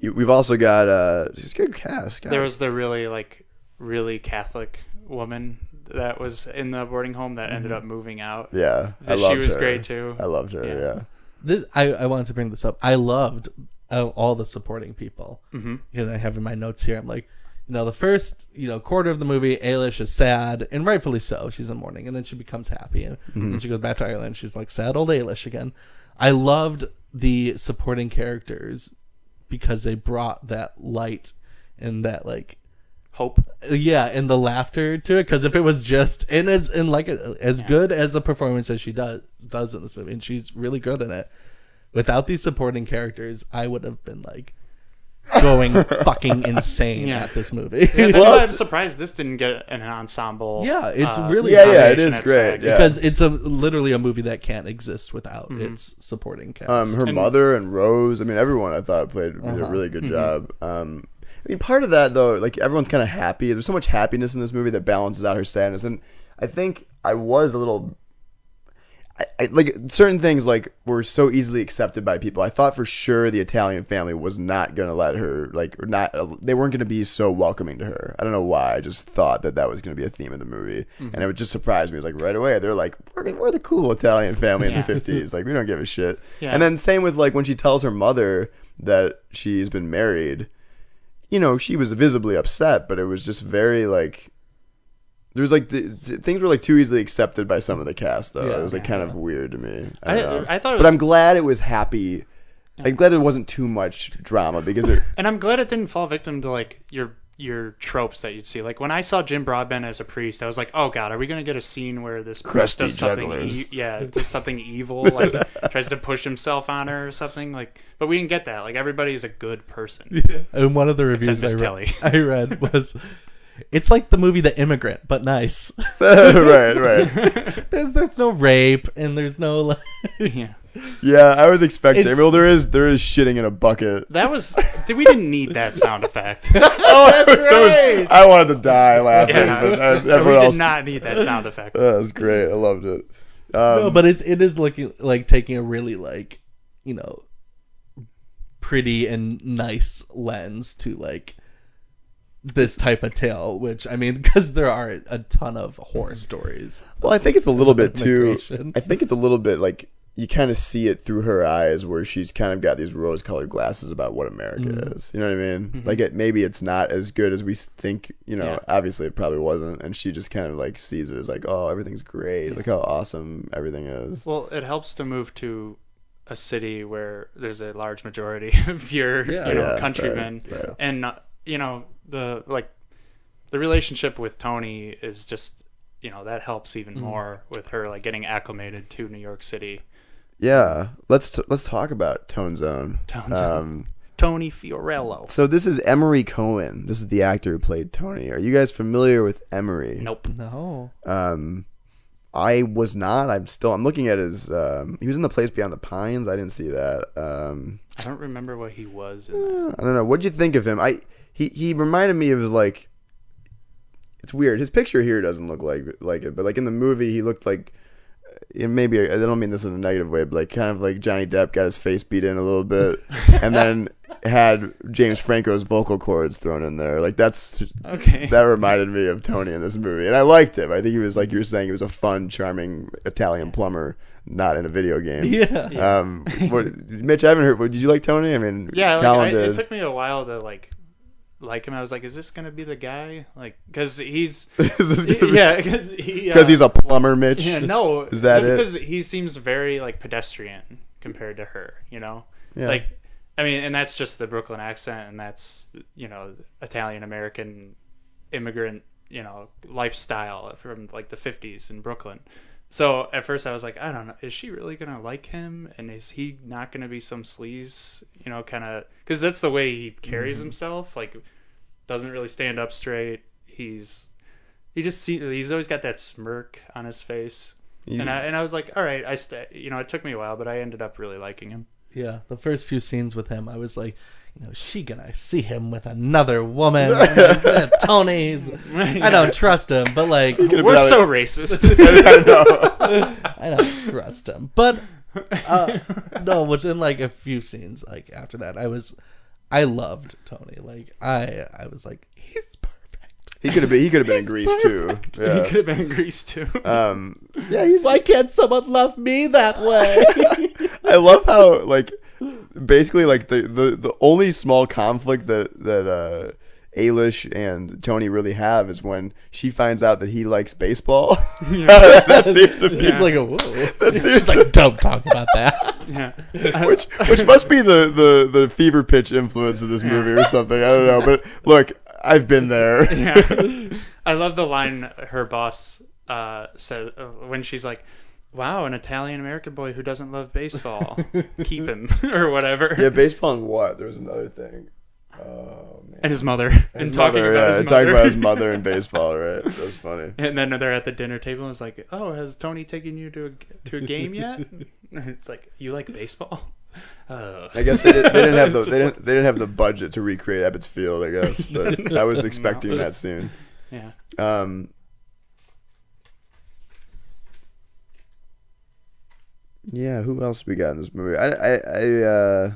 Speaker 2: You, we've also got uh. She's a good cast. God.
Speaker 3: There was the really like really Catholic woman that was in the boarding home that
Speaker 4: Mm-hmm.
Speaker 3: ended up moving out.
Speaker 2: Yeah. I
Speaker 3: Uh, she
Speaker 2: loved
Speaker 3: was
Speaker 2: her.
Speaker 3: great, too.
Speaker 2: I loved her. Yeah.
Speaker 4: this I, I wanted to bring this up. I loved uh, all the supporting people. Mm-hmm. I have in my notes here. I'm like, you know, the first you know quarter of the movie, Ailish is sad and rightfully so. She's in mourning, and then she becomes happy, and then she goes back to Ireland. She's like sad old Ailish again. I loved the supporting characters because they brought that light and that like
Speaker 3: Hope.
Speaker 4: yeah and the laughter to it because if it was just and as and like as good as a performance as she does does in this movie and she's really good in it without these supporting characters i would have been like
Speaker 3: [laughs]
Speaker 4: going fucking insane
Speaker 3: Yeah.
Speaker 4: at this movie [laughs]
Speaker 3: Yeah, that's
Speaker 2: Well,
Speaker 3: why I'm
Speaker 2: it's-
Speaker 3: surprised this didn't get an ensemble. uh,
Speaker 4: Yeah, it's really
Speaker 2: Yeah, yeah, it
Speaker 3: nomination
Speaker 2: is
Speaker 3: at
Speaker 2: great,
Speaker 3: SAG.
Speaker 2: yeah.
Speaker 4: because it's a literally a movie that can't exist without
Speaker 3: Mm-hmm.
Speaker 4: its supporting cast
Speaker 2: Um, her mother and Rose. I mean, everyone I thought played did a really good job. Um, I mean, part of that though, like everyone's kind of happy. There's so much happiness in this movie that balances out her sadness, and I think I was a little. I, I, like certain things like were so easily accepted by people. I thought for sure the Italian family was not going to let her like or not uh, they weren't going to be so welcoming to her. I don't know why. I just thought that that was going to be a theme of the movie,
Speaker 3: Mm-hmm.
Speaker 2: and it would just surprise me. It was like right away they're like we're, we're the cool Italian family in the
Speaker 3: Yeah. [laughs]
Speaker 2: fifties. Like we don't give a shit.
Speaker 3: Yeah.
Speaker 2: And then same with like when she tells her mother that she's been married. You know, she was visibly upset, but it was just very like there was like th- th- things were like too easily accepted by some of the cast though. it was like kind of weird to me. I, don't
Speaker 3: I-
Speaker 2: know.
Speaker 3: I thought it
Speaker 2: but
Speaker 3: was-
Speaker 2: I'm glad it was happy. I'm glad it wasn't too much drama because
Speaker 3: [laughs]
Speaker 2: it.
Speaker 3: and I'm glad it didn't fall victim to like your your tropes that you'd see. Like when I saw Jim Broadbent as a priest, I was like, "Oh God, are we gonna get a scene where this priest
Speaker 2: Crusty
Speaker 3: does something?
Speaker 2: jugglers. [laughs]
Speaker 3: E- yeah, does something evil? Like tries to push himself on her or something? Like, but we didn't get that. Like everybody is a good person.
Speaker 4: and one of the reviews I,
Speaker 3: Miss
Speaker 4: re-
Speaker 3: Kelly.
Speaker 4: [laughs] I read was it's like the movie the immigrant but nice
Speaker 2: right, right.
Speaker 3: [laughs]
Speaker 4: there's there's no rape and there's no like [laughs]
Speaker 3: yeah,
Speaker 2: Yeah, I was expecting.
Speaker 4: It's-
Speaker 2: Well, there is there is shitting in a bucket.
Speaker 3: That was th- we didn't need that sound effect.
Speaker 2: oh, [laughs] that was, I wanted to die laughing,
Speaker 3: Yeah.
Speaker 2: but
Speaker 3: [laughs]
Speaker 2: I, everyone
Speaker 3: we
Speaker 2: else.
Speaker 3: did not need that sound effect.
Speaker 2: That was great. I loved it. Um,
Speaker 4: no, but it it is looking like taking a really like you know pretty and nice lens to like this type of tale, which I mean, [laughs] because there are a ton of horror stories. [laughs]
Speaker 2: Well, I think it's a little bit too.
Speaker 4: Immigration.
Speaker 2: I think it's a little bit like you kind of see it through her eyes, where she's kind of got these rose-colored glasses about what America is. You know what I mean? Like it, maybe it's not as good as we s- think. You know, obviously it probably wasn't, and she just kind of like sees it as like, oh, everything's great. Look how awesome everything is.
Speaker 3: Well, it helps to [laughs] move to a city where there's a large majority [laughs] of your you know
Speaker 2: Yeah,
Speaker 3: countrymen, and uh, you know the like the relationship with Tony is just you know that helps even
Speaker 2: Hmm.
Speaker 3: more with her like getting acclimated to New York City.
Speaker 2: Yeah, let's t- let's talk about Tone Zone.
Speaker 3: Tone Zone.
Speaker 2: Um,
Speaker 3: Tony Fiorello.
Speaker 2: so this is Emery Cohen. This is the actor who played Tony. Are you guys familiar with Emery?
Speaker 3: Nope.
Speaker 4: No,
Speaker 2: Um, I was not. I'm still. I'm looking at his. Um, he was in the place beyond the pines. I didn't see that. Um,
Speaker 3: I don't remember what he was in that.
Speaker 2: I don't know. What'd you think of him? I he he reminded me of like. It's weird. His picture here doesn't look like like it, but like in the movie, he looked like. It maybe I don't mean this in a negative way, but like kind of like Johnny Depp got his face beat in a little bit, and then had James Franco's vocal cords thrown in there. Like that's
Speaker 3: Okay.
Speaker 2: that reminded me of Tony in this movie, and I liked him. I think he was like you were saying, he was a fun, charming Italian plumber, not in a video game.
Speaker 4: Yeah.
Speaker 2: Um, what, Mitch, I haven't heard. What, did you like Tony? I mean,
Speaker 3: yeah, like,
Speaker 2: Colin
Speaker 3: I,
Speaker 2: did.
Speaker 3: it took me a while to like like him. I was like, is this gonna be the guy? Like, because he's
Speaker 2: Is [laughs] this gonna be-
Speaker 3: yeah, because
Speaker 2: [laughs]
Speaker 3: he
Speaker 2: because
Speaker 3: uh,
Speaker 2: he's a plumber, Mitch. [laughs]
Speaker 3: Yeah, no.
Speaker 2: Is that
Speaker 3: just
Speaker 2: it?
Speaker 3: because he seems very like pedestrian compared to her, you know?
Speaker 2: Yeah.
Speaker 3: Like I mean, and that's just the Brooklyn accent and that's you know, Italian American immigrant, you know, lifestyle from like the 50s in Brooklyn. So at first I was like, I don't know, is she really gonna like him? And is he not gonna be some sleaze, you know, kind of? Because that's the way he carries
Speaker 2: Mm-hmm.
Speaker 3: himself. Like, doesn't really stand up straight. He's he just see, he's always got that smirk on his face. And I and I was like, all right, I st-, you know, it took me a while, but I ended up really liking him.
Speaker 4: yeah. The first few scenes with him, I was like, you know, she gonna see him with another woman. Tony's. I don't trust him, but like,
Speaker 3: We're
Speaker 2: been
Speaker 3: so racist.
Speaker 4: I don't trust him. But uh, no, within like a few scenes, like after that, I was, I loved Tony. Like I, I was like, he's perfect.
Speaker 2: He could have been. He could have
Speaker 3: [laughs]
Speaker 2: been in Greece too.
Speaker 3: he
Speaker 2: Yeah.
Speaker 3: could have been in Greece too.
Speaker 2: Um,
Speaker 3: [laughs]
Speaker 2: yeah, he's
Speaker 4: Why can't someone love me that way?
Speaker 2: [laughs] I love how like basically like the the, the only small conflict that that uh Alish and Tony really have is when she finds out that he likes baseball. [laughs] that [laughs] seems to be [laughs]
Speaker 4: He's like, a whoa.
Speaker 2: that seems
Speaker 4: She's
Speaker 2: to-
Speaker 4: like, don't talk about that.
Speaker 3: yeah.
Speaker 2: which which must be the, the the fever pitch influence of this movie or something. I don't know, but look, I've been there.
Speaker 3: [laughs] yeah. I love the line her boss uh, says uh, when she's like, "Wow, an Italian American boy who doesn't love baseball,
Speaker 2: [laughs]
Speaker 3: keep him [laughs] or whatever."
Speaker 2: Yeah, baseball and what? There's another thing. Oh man.
Speaker 3: And his mother and talking
Speaker 2: Mother,
Speaker 3: about
Speaker 2: yeah,
Speaker 3: his mother.
Speaker 2: talking about his mother and baseball, right? That's funny.
Speaker 3: And then they're at the dinner table and it's like, "Oh, has Tony taken you to a, to a
Speaker 2: [laughs]
Speaker 3: game yet?" it's like, "You like baseball?" Uh,
Speaker 2: I guess they, did, they didn't have the
Speaker 3: [laughs] It's
Speaker 2: they
Speaker 3: just
Speaker 2: didn't, they didn't have the budget to recreate Ebbets Field. I
Speaker 3: [laughs]
Speaker 2: guess, but I was expecting that soon.
Speaker 3: yeah.
Speaker 2: Um, yeah, who else we got in this movie? I I, I uh,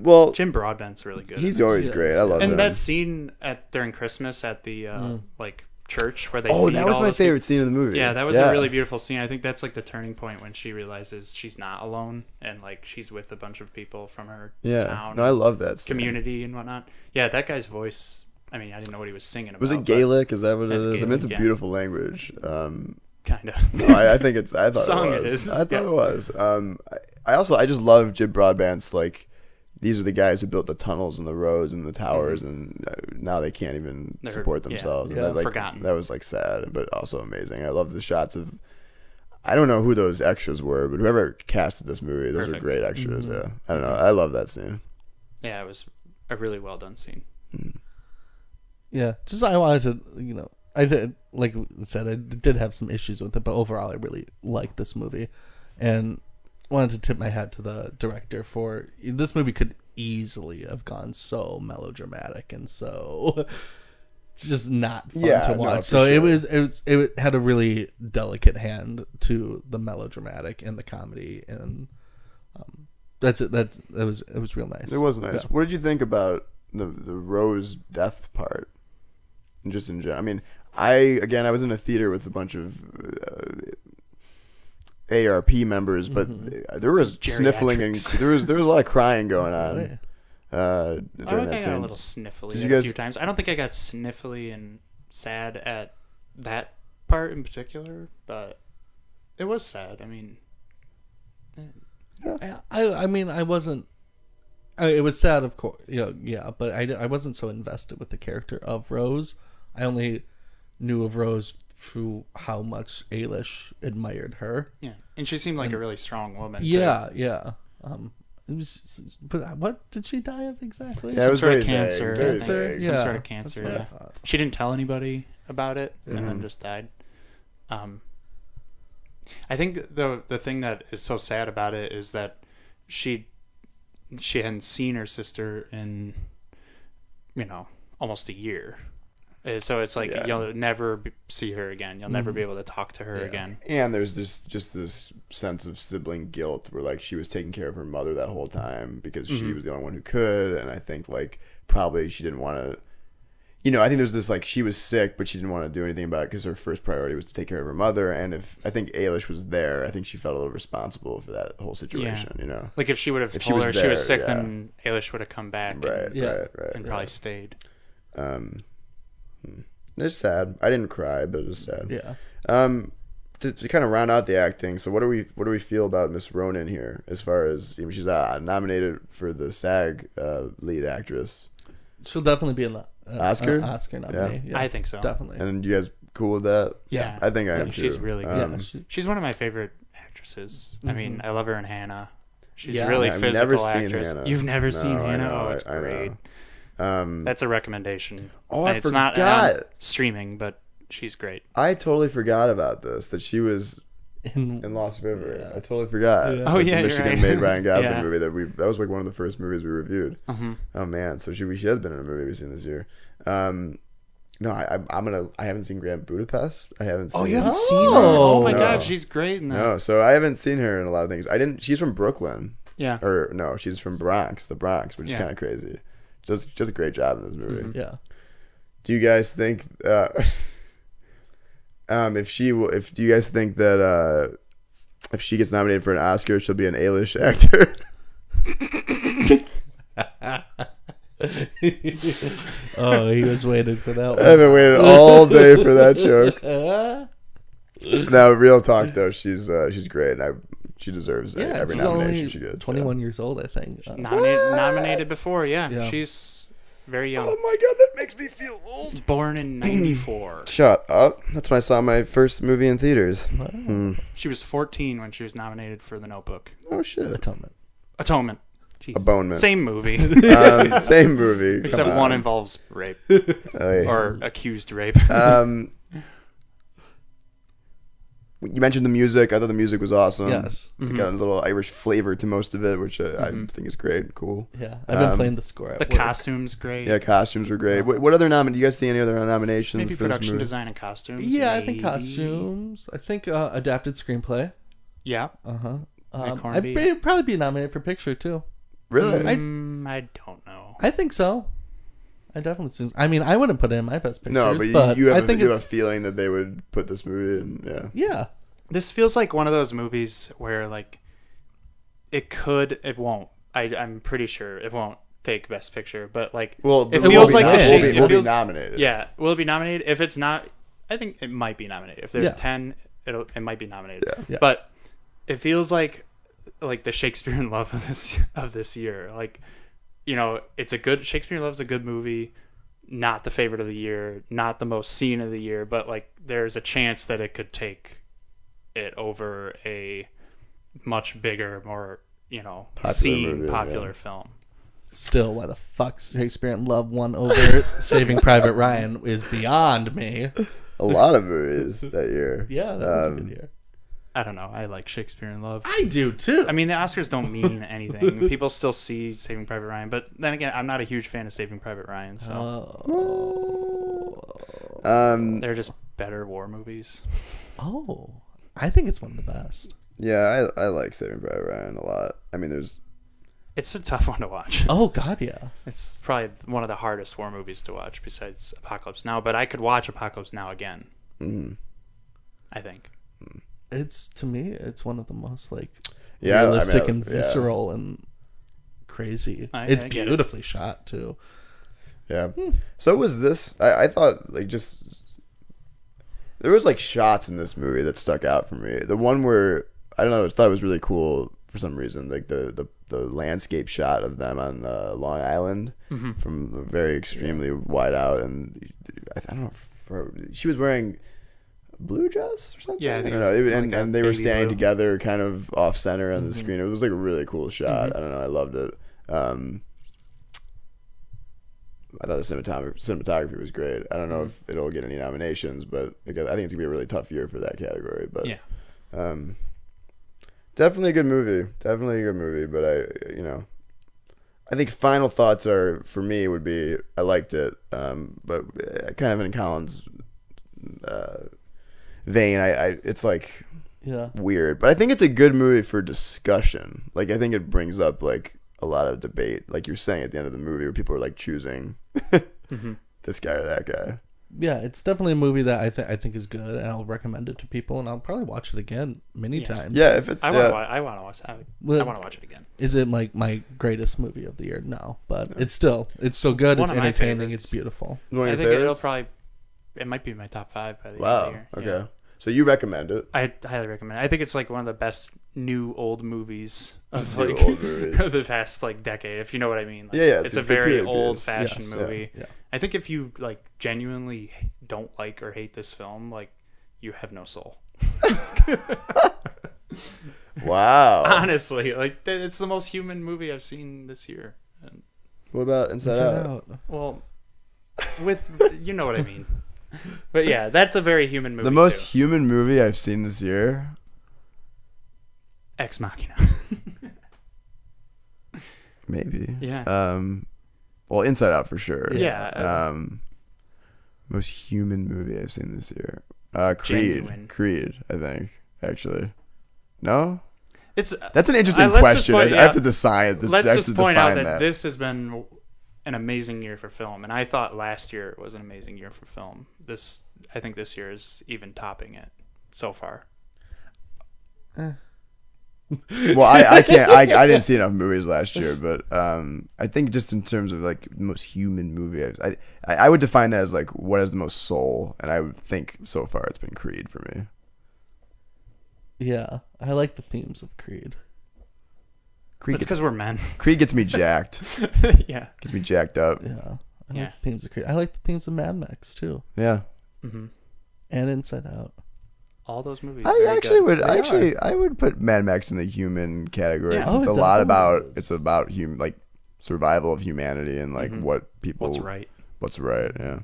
Speaker 2: well,
Speaker 3: Jim Broadbent's really good.
Speaker 2: he's always great. I love
Speaker 3: and
Speaker 2: him.
Speaker 3: that scene at during Christmas at the uh,
Speaker 2: Mm.
Speaker 3: like church where they
Speaker 2: oh,
Speaker 3: feed
Speaker 2: that was
Speaker 3: all
Speaker 2: my
Speaker 3: those people-
Speaker 2: favorite scene of the movie.
Speaker 3: Yeah, that was a really beautiful scene. I think that's like the turning point when she realizes she's not alone and like she's with a bunch of people from her
Speaker 2: yeah.
Speaker 3: town,
Speaker 2: No, I love that scene.
Speaker 3: community and whatnot. Yeah, that guy's voice. I mean, I didn't know what he was singing about.
Speaker 2: Was it Gaelic? Is that what it
Speaker 3: That's
Speaker 2: is? I mean,
Speaker 3: Gaelic,
Speaker 2: it's a
Speaker 3: yeah.
Speaker 2: beautiful language. Um,
Speaker 3: Kind of.
Speaker 2: I, I think it's.
Speaker 3: [laughs]
Speaker 2: I thought
Speaker 3: Song
Speaker 2: it
Speaker 3: it
Speaker 2: was.
Speaker 3: is.
Speaker 2: I thought
Speaker 3: Yeah.
Speaker 2: it was. Um, I, I also I just love Jib Broadbent's like. These are the guys who built the tunnels and the roads and the towers, and uh, now they can't even
Speaker 3: Mm-hmm. They're-
Speaker 2: support
Speaker 3: yeah,
Speaker 2: themselves. And
Speaker 3: yeah.
Speaker 2: that, like,
Speaker 3: Forgotten.
Speaker 2: That was like sad, but also amazing. I love the shots of. I don't know who those extras were, but whoever casted this movie, those
Speaker 3: Perfect. Mm-hmm.
Speaker 2: were great extras. Yeah, I don't know. I love that scene.
Speaker 3: yeah, it was a really well done scene.
Speaker 4: Yeah, just I wanted to, you know, I did, like I said, I did have some issues with it, but overall, I really liked this movie, and wanted to tip my hat to the director for this movie could easily have gone so melodramatic and so [laughs] just not fun
Speaker 2: Yeah,
Speaker 4: to
Speaker 2: no,
Speaker 4: watch.
Speaker 2: for
Speaker 4: so it
Speaker 2: sure.
Speaker 4: was it was it had a really delicate hand to the melodramatic and the comedy and um that's it that's that was it was real nice.
Speaker 2: It was nice.
Speaker 4: Yeah.
Speaker 2: What did you think about the the Rose death part? And Just in general, I mean, I again, I was in a theater with a bunch of uh, ARP members, but
Speaker 3: Mm-hmm.
Speaker 2: there was sniffling and there was there was a lot of crying going on uh,
Speaker 3: Oh, I
Speaker 2: during that
Speaker 3: think I got a
Speaker 2: scene.
Speaker 3: little sniffly
Speaker 2: Did you
Speaker 3: a
Speaker 2: guys-
Speaker 3: few times. I don't think I got sniffly and sad at that part in particular, but it was sad. I mean,
Speaker 4: I I mean I wasn't. I, it was sad, of course. Yeah, yeah, but I, I wasn't so invested with the character of Rose. I only knew of Rose through how much Alish admired her.
Speaker 3: yeah. And she seemed like a really strong woman. too.
Speaker 4: Yeah, yeah. Um, it was. just- but what did she die of exactly?
Speaker 2: Yeah, it was
Speaker 3: sort
Speaker 2: very
Speaker 3: of cancer.
Speaker 2: Vague, very
Speaker 3: I think.
Speaker 4: Cancer,
Speaker 2: vague.
Speaker 4: yeah.
Speaker 3: Some sort of
Speaker 4: that's
Speaker 3: cancer.
Speaker 4: what I
Speaker 3: Yeah.
Speaker 4: thought.
Speaker 3: She didn't tell anybody about it, and then just died. Um, I think the the thing that is so sad about it is that she she hadn't seen her sister in you know almost a year, Uh, so it's like
Speaker 2: Yeah. Mm-hmm.
Speaker 3: you'll never be, see her again. You'll never be able to talk to her again.
Speaker 2: And there's this just this sense of sibling guilt where like she was taking care of her mother that whole time because she was the only one who could and I think like probably she didn't want to you know, I think there's this like she was sick but she didn't want to do anything about it because her first priority was to take care of her mother and if I think Ailish was there, I think she felt a little responsible for that whole situation, you know.
Speaker 3: Like if she would have
Speaker 2: If
Speaker 3: told
Speaker 2: she was
Speaker 3: her she was
Speaker 2: there,
Speaker 3: sick,
Speaker 2: yeah.
Speaker 3: then Ailish would have come back
Speaker 2: Right,
Speaker 3: and,
Speaker 4: Yeah.
Speaker 2: right, right.
Speaker 3: and
Speaker 2: right.
Speaker 3: probably stayed.
Speaker 2: Um, hmm. it's sad. I didn't cry, but it was sad.
Speaker 4: Yeah.
Speaker 2: Um, to, to kind of round out the acting, so what do we what do we feel about Miss Ronan here? As far as you know, she's uh, nominated for the SAG uh, lead actress,
Speaker 4: She'll definitely be in the uh,
Speaker 2: Oscar?
Speaker 4: uh, Oscar nominee. Yeah.
Speaker 3: I think so.
Speaker 4: definitely.
Speaker 2: and you guys cool with that?
Speaker 3: Yeah.
Speaker 2: I think I am
Speaker 3: Yeah, she's
Speaker 2: too.
Speaker 3: really good.
Speaker 4: yeah,
Speaker 2: Um,
Speaker 4: she-
Speaker 3: She's one of my favorite actresses. I mean, I love her in Hannah. She's
Speaker 4: Yeah.
Speaker 3: really
Speaker 2: Mm-hmm. I've
Speaker 3: physical
Speaker 2: never seen
Speaker 3: actress.
Speaker 2: Hannah.
Speaker 3: You've never
Speaker 2: No,
Speaker 3: seen
Speaker 2: I
Speaker 3: Hannah?
Speaker 2: know,
Speaker 3: oh, it's
Speaker 2: I- I know.
Speaker 3: great.
Speaker 2: Um,
Speaker 3: That's a recommendation.
Speaker 2: Oh, I
Speaker 3: it's not on
Speaker 2: forgot. Oh
Speaker 3: streaming, but she's great.
Speaker 2: I totally forgot about this that she was
Speaker 4: in-
Speaker 2: in Lost River. I totally forgot.
Speaker 4: Yeah.
Speaker 3: Oh,
Speaker 2: With
Speaker 3: yeah,
Speaker 2: the
Speaker 3: you're
Speaker 2: Michigan
Speaker 3: right.
Speaker 2: made
Speaker 3: [laughs]
Speaker 2: Ryan Gosling
Speaker 3: Yeah.
Speaker 2: movie that we that was like one of the first movies we reviewed. Oh man, so she she has been in a movie we've seen this year. Um, no, I, I'm- I'm gonna I haven't seen Grand Budapest. I haven't. Seen oh,
Speaker 4: seen her?
Speaker 3: Oh, my
Speaker 2: No.
Speaker 3: god, she's great in that.
Speaker 2: No, so I haven't seen her in a lot of things. I didn't. She's from Brooklyn,
Speaker 3: Yeah.
Speaker 2: or no, she's from Bronx, the Bronx, which is
Speaker 3: Yeah.
Speaker 2: kind of crazy. Just, just a great job in this movie.
Speaker 4: Yeah.
Speaker 2: Do you guys think? Uh, [laughs] um, if she, w- if do you guys think that uh, if she gets nominated for an Oscar, she'll be an A-list [laughs] actor?
Speaker 4: oh, he was waiting
Speaker 2: [laughs]
Speaker 4: for that
Speaker 2: I've
Speaker 4: one.
Speaker 2: been waiting all day for that joke.
Speaker 3: [laughs]
Speaker 2: no, real talk though. She's uh, she's great. And I she deserves
Speaker 4: Yeah,
Speaker 2: every
Speaker 4: she's
Speaker 2: nomination
Speaker 4: only
Speaker 2: she gets. yeah.
Speaker 4: 21 years old, I think. Uh,
Speaker 3: Nominated, nominated before, yeah.
Speaker 4: Yeah.
Speaker 3: She's very young.
Speaker 2: Oh my god, that makes me feel old.
Speaker 3: Born in 94.
Speaker 2: Shut up. That's when I saw my first movie in theaters.
Speaker 3: [clears throat] she was 14 when she was nominated for The Notebook.
Speaker 2: Oh shit.
Speaker 4: Atonement.
Speaker 3: Atonement. Jeez.
Speaker 2: Abonement.
Speaker 3: Same movie,
Speaker 2: Um, same movie. Come
Speaker 3: except
Speaker 2: on.
Speaker 3: one involves
Speaker 2: [laughs]
Speaker 3: rape
Speaker 2: Hey.
Speaker 3: or accused rape. [laughs]
Speaker 2: um, you mentioned the music. I thought the music was awesome.
Speaker 4: Yes.
Speaker 3: Mm-hmm.
Speaker 2: It got a little Irish flavor to most of it, which uh, I think is great. Cool.
Speaker 4: Yeah, I've been
Speaker 2: Um,
Speaker 4: playing the score. At
Speaker 3: the
Speaker 4: work.
Speaker 3: costume's great.
Speaker 2: Yeah, costumes were great. What, what other nom? Do you guys see any other nominations? for
Speaker 3: Maybe
Speaker 2: this
Speaker 3: production
Speaker 2: movie?
Speaker 3: design and costumes.
Speaker 4: Yeah, I think
Speaker 3: maybe.
Speaker 4: costumes. I think uh, adapted screenplay.
Speaker 3: Yeah,
Speaker 4: Uh huh. Um, I'd
Speaker 3: Hornby.
Speaker 4: be- probably be nominated for picture too.
Speaker 2: Really?
Speaker 3: Mm, I don't know.
Speaker 4: I think so. I definitely. Think, I mean, I wouldn't put it in my best picture.
Speaker 2: no, but you, you have,
Speaker 4: I
Speaker 2: a,
Speaker 4: think
Speaker 2: you have a
Speaker 4: it's
Speaker 2: feeling that they would put this movie in. Yeah.
Speaker 4: yeah.
Speaker 3: This feels like one of those movies where like it could, it won't. I, I'm pretty sure it won't take Best Picture, but like
Speaker 2: Well,
Speaker 3: it
Speaker 2: but
Speaker 3: feels
Speaker 2: we'll
Speaker 3: like
Speaker 2: be
Speaker 3: the
Speaker 2: nom- We'll
Speaker 3: shape.
Speaker 2: be,
Speaker 3: it
Speaker 2: we'll be
Speaker 3: feels,
Speaker 2: nominated.
Speaker 3: yeah, will it be nominated? If it's not, I think it might be nominated. If there's
Speaker 4: Yeah.
Speaker 3: ten, it'll it might be nominated.
Speaker 4: Yeah.
Speaker 3: But it feels like like the Shakespeare in Love of this of this year. Like you know, it's a good Shakespeare in Love's a good movie. Not the favorite of the year, not the most seen of the year, but like there's a chance that it could take it over a much bigger, more you know, seen
Speaker 2: movie,
Speaker 3: popular
Speaker 2: yeah.
Speaker 3: film.
Speaker 4: Still, why the fuck Shakespeare and Love won over [laughs] Saving Private Ryan is beyond me.
Speaker 2: A lot of movies that year.
Speaker 3: [laughs]
Speaker 4: Yeah, that was
Speaker 2: Um,
Speaker 4: a good year.
Speaker 3: I don't know. I like Shakespeare in Love.
Speaker 4: I do too.
Speaker 3: I mean, the Oscars don't mean anything. People still see Saving Private Ryan, but then again, I'm not a huge fan of Saving Private Ryan, so
Speaker 2: Um,
Speaker 3: they're just better war movies.
Speaker 4: oh, I think it's one of the best.
Speaker 2: yeah, I, I like Saving Private Ryan a lot. I mean, there's
Speaker 3: It's a tough [laughs] one to watch.
Speaker 4: Oh God, yeah.
Speaker 3: It's probably one of the hardest war movies to watch besides Apocalypse Now, but I could watch Apocalypse Now again. I think.
Speaker 4: It's to me, it's one of the most like
Speaker 2: Yeah, I- I mean,
Speaker 4: realistic
Speaker 2: I-
Speaker 4: and
Speaker 2: yeah.
Speaker 4: visceral and crazy.
Speaker 3: I-
Speaker 4: it's
Speaker 3: I get it.
Speaker 4: beautifully shot too.
Speaker 2: Yeah.
Speaker 3: Hmm.
Speaker 2: So was this? I, I thought like just there was like shots in this movie that stuck out for me. The one where I don't know, I just thought it was really cool for some reason. Like the the, the landscape shot of them on uh, Long Island
Speaker 3: Mm-hmm.
Speaker 2: from very extremely wide out, and I, I don't know. If, her- she was wearing a blue dress or something.
Speaker 3: Yeah, I
Speaker 2: I
Speaker 3: think
Speaker 2: don't
Speaker 3: it
Speaker 2: know.
Speaker 3: was
Speaker 2: It- and,
Speaker 3: like a
Speaker 2: and they were
Speaker 3: baby
Speaker 2: standing
Speaker 3: blue. Mm-hmm.
Speaker 2: together, kind of off center on the screen. It was like a really cool shot. I don't know. I loved it. Um, I thought the cinematography, cinematography was great. I don't know if it'll get any nominations, but because I think it's gonna be a really tough year for that category. But
Speaker 3: Yeah.
Speaker 2: um, definitely a good movie. Definitely a good movie. But I, you know, I think final thoughts are for me would be I liked it, um, but uh, kind of in Collins' uh, vein, I, I it's like
Speaker 4: Yeah.
Speaker 2: weird, but I think it's a good movie for discussion. Like I think it brings up like a lot of debate, like you're saying at the end of the movie, where people are like choosing [laughs] this guy or that guy.
Speaker 4: yeah, it's definitely a movie that I think I think is good, and I'll recommend it to people, and I'll probably watch it again many times.
Speaker 2: Yeah, if it's
Speaker 3: I
Speaker 2: yeah,
Speaker 3: want to. I want to watch. I, I
Speaker 4: Well-
Speaker 3: want to watch it again.
Speaker 4: Is it like my greatest movie of the year? No, but it's still it's still good.
Speaker 3: One
Speaker 4: it's
Speaker 3: of my
Speaker 4: entertaining.
Speaker 3: favorites.
Speaker 4: It's beautiful.
Speaker 2: one
Speaker 3: I
Speaker 2: of
Speaker 3: think
Speaker 2: your
Speaker 3: it'll
Speaker 2: favorites?
Speaker 3: probably. It might be my top five by the end of
Speaker 2: Wow.
Speaker 3: the year.
Speaker 2: Okay.
Speaker 3: Yeah.
Speaker 2: So you recommend it?
Speaker 3: I highly recommend. it. I think it's like one of the best new old movies of
Speaker 2: New
Speaker 3: [laughs] like
Speaker 2: old movies.
Speaker 3: of the past like decade, if you know what I mean.
Speaker 2: [laughs]
Speaker 3: Like,
Speaker 2: Yeah, yeah,
Speaker 3: It's,
Speaker 2: it's
Speaker 3: a
Speaker 2: a
Speaker 3: very
Speaker 2: computer-based.
Speaker 3: old fashioned
Speaker 2: Yes, yeah,
Speaker 3: movie.
Speaker 4: yeah.
Speaker 3: I think if you like genuinely don't like or hate this film, like you have no soul.
Speaker 2: Wow.
Speaker 3: [laughs] Honestly, like th- it's the most human movie I've seen this year.
Speaker 2: what about Inside, Out?
Speaker 3: Well, with you know what I mean. But yeah, that's a very human movie.
Speaker 2: The most
Speaker 3: too.
Speaker 2: human movie I've seen this year.
Speaker 3: Ex Machina.
Speaker 2: [laughs] Maybe.
Speaker 3: Yeah.
Speaker 2: Um, well, Inside Out for sure.
Speaker 3: Yeah.
Speaker 2: Um, most human movie I've seen this year. Uh, Creed.
Speaker 3: Genuine.
Speaker 2: Creed. I think actually. No.
Speaker 3: It's
Speaker 2: That's an interesting
Speaker 3: Uh, let's just
Speaker 2: question.
Speaker 3: point-
Speaker 2: I, I have
Speaker 3: yeah.
Speaker 2: to decide. I
Speaker 3: let's
Speaker 2: have
Speaker 3: just
Speaker 2: to
Speaker 3: point out
Speaker 2: define
Speaker 3: that, this has been an amazing year for film, Um, and I thought last year was an amazing year for film. This, I think, this year is even topping it so far.
Speaker 2: Well, I, I can't. I, I
Speaker 3: [laughs]
Speaker 2: didn't see enough movies last year, but um, I think just in terms of like most human movie, I, I I would define that as like what has the most soul, and I would think so far it's been Creed for me.
Speaker 4: Yeah, I like the themes of Creed.
Speaker 2: Creed,
Speaker 3: It's
Speaker 2: gets,
Speaker 3: because we're men.
Speaker 2: Creed gets me jacked.
Speaker 3: [laughs] yeah,
Speaker 2: Gets me jacked up.
Speaker 4: Yeah, I
Speaker 3: Yeah.
Speaker 4: like the themes of Creed. I like the themes of Mad Max too,
Speaker 2: Yeah.
Speaker 4: and Inside Out.
Speaker 3: all those movies.
Speaker 2: I
Speaker 3: very
Speaker 2: actually
Speaker 3: good.
Speaker 2: would. I actually I would put Mad Max in the human category.
Speaker 3: Yeah.
Speaker 2: 'cause
Speaker 4: Oh,
Speaker 2: it's a
Speaker 4: it
Speaker 2: lot
Speaker 4: definitely
Speaker 2: about
Speaker 4: is.
Speaker 2: it's about human like survival of humanity and like
Speaker 3: Mm-hmm.
Speaker 2: what people
Speaker 3: What's right?
Speaker 2: What's right? Yeah.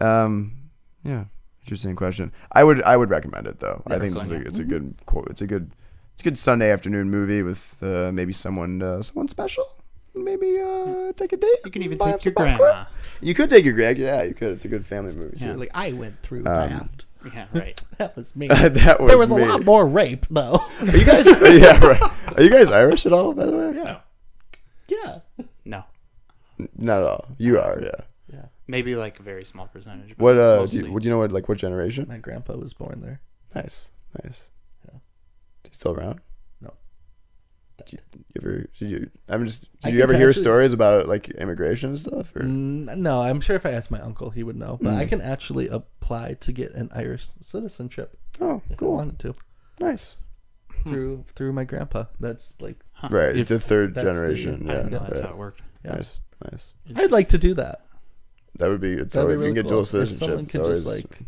Speaker 2: Um. Yeah. Interesting question. I would. I would recommend it though. I think it's a,
Speaker 3: Mm-hmm.
Speaker 2: it's a good. quote. It's a good. It's a good Sunday afternoon movie with uh, maybe someone. Uh, someone special. Maybe uh, take a date.
Speaker 3: You can even
Speaker 2: buy
Speaker 3: take
Speaker 2: up some
Speaker 3: your
Speaker 2: popcorn.
Speaker 3: grandma.
Speaker 2: You could take your grandma. Yeah, you could. It's a good family movie
Speaker 3: Yeah.
Speaker 2: too.
Speaker 4: Like I went through that. [laughs]
Speaker 3: Yeah, right.
Speaker 4: That was Um, [laughs]
Speaker 2: [laughs]
Speaker 4: me.
Speaker 2: that was
Speaker 4: there was
Speaker 2: me.
Speaker 4: a lot more rape [laughs] though.
Speaker 2: Are you guys? yeah, right. Are you guys Irish at all? By the way, yeah.
Speaker 4: yeah.
Speaker 3: No,
Speaker 2: Not at all. You are. Yeah.
Speaker 3: maybe like a very small percentage. but
Speaker 2: What? Uh. Do
Speaker 3: mostly.
Speaker 2: you, what do you know? What? Like what generation?
Speaker 4: My grandpa was born there.
Speaker 2: Nice. Nice. Yeah. Still around?
Speaker 4: No.
Speaker 2: Did you, you ever? Did you? I'm just.
Speaker 4: I
Speaker 2: Did you
Speaker 4: can
Speaker 2: ever
Speaker 4: tell
Speaker 2: hear
Speaker 4: actually-
Speaker 2: stories about like immigration and stuff? Or
Speaker 4: Mm, No, I'm sure if I asked my uncle, he would know. But I can actually apply to get an Irish citizenship
Speaker 2: oh,
Speaker 4: if I
Speaker 2: cool.
Speaker 4: wanted to
Speaker 2: Nice.
Speaker 4: through through my grandpa. That's like
Speaker 2: Right.
Speaker 4: If
Speaker 2: the third
Speaker 4: that's the-
Speaker 2: generation.
Speaker 4: I
Speaker 2: yeah.
Speaker 4: didn't know
Speaker 3: No, that's
Speaker 2: right.
Speaker 3: how it worked.
Speaker 4: Yeah.
Speaker 2: Nice. Nice.
Speaker 4: I'd like to do that.
Speaker 2: That would be. It's
Speaker 4: That'd
Speaker 2: always,
Speaker 4: be really
Speaker 2: if you can get
Speaker 4: cool.
Speaker 2: dual
Speaker 4: If
Speaker 2: citizenship.
Speaker 4: someone could
Speaker 2: it's
Speaker 4: just
Speaker 2: always
Speaker 4: like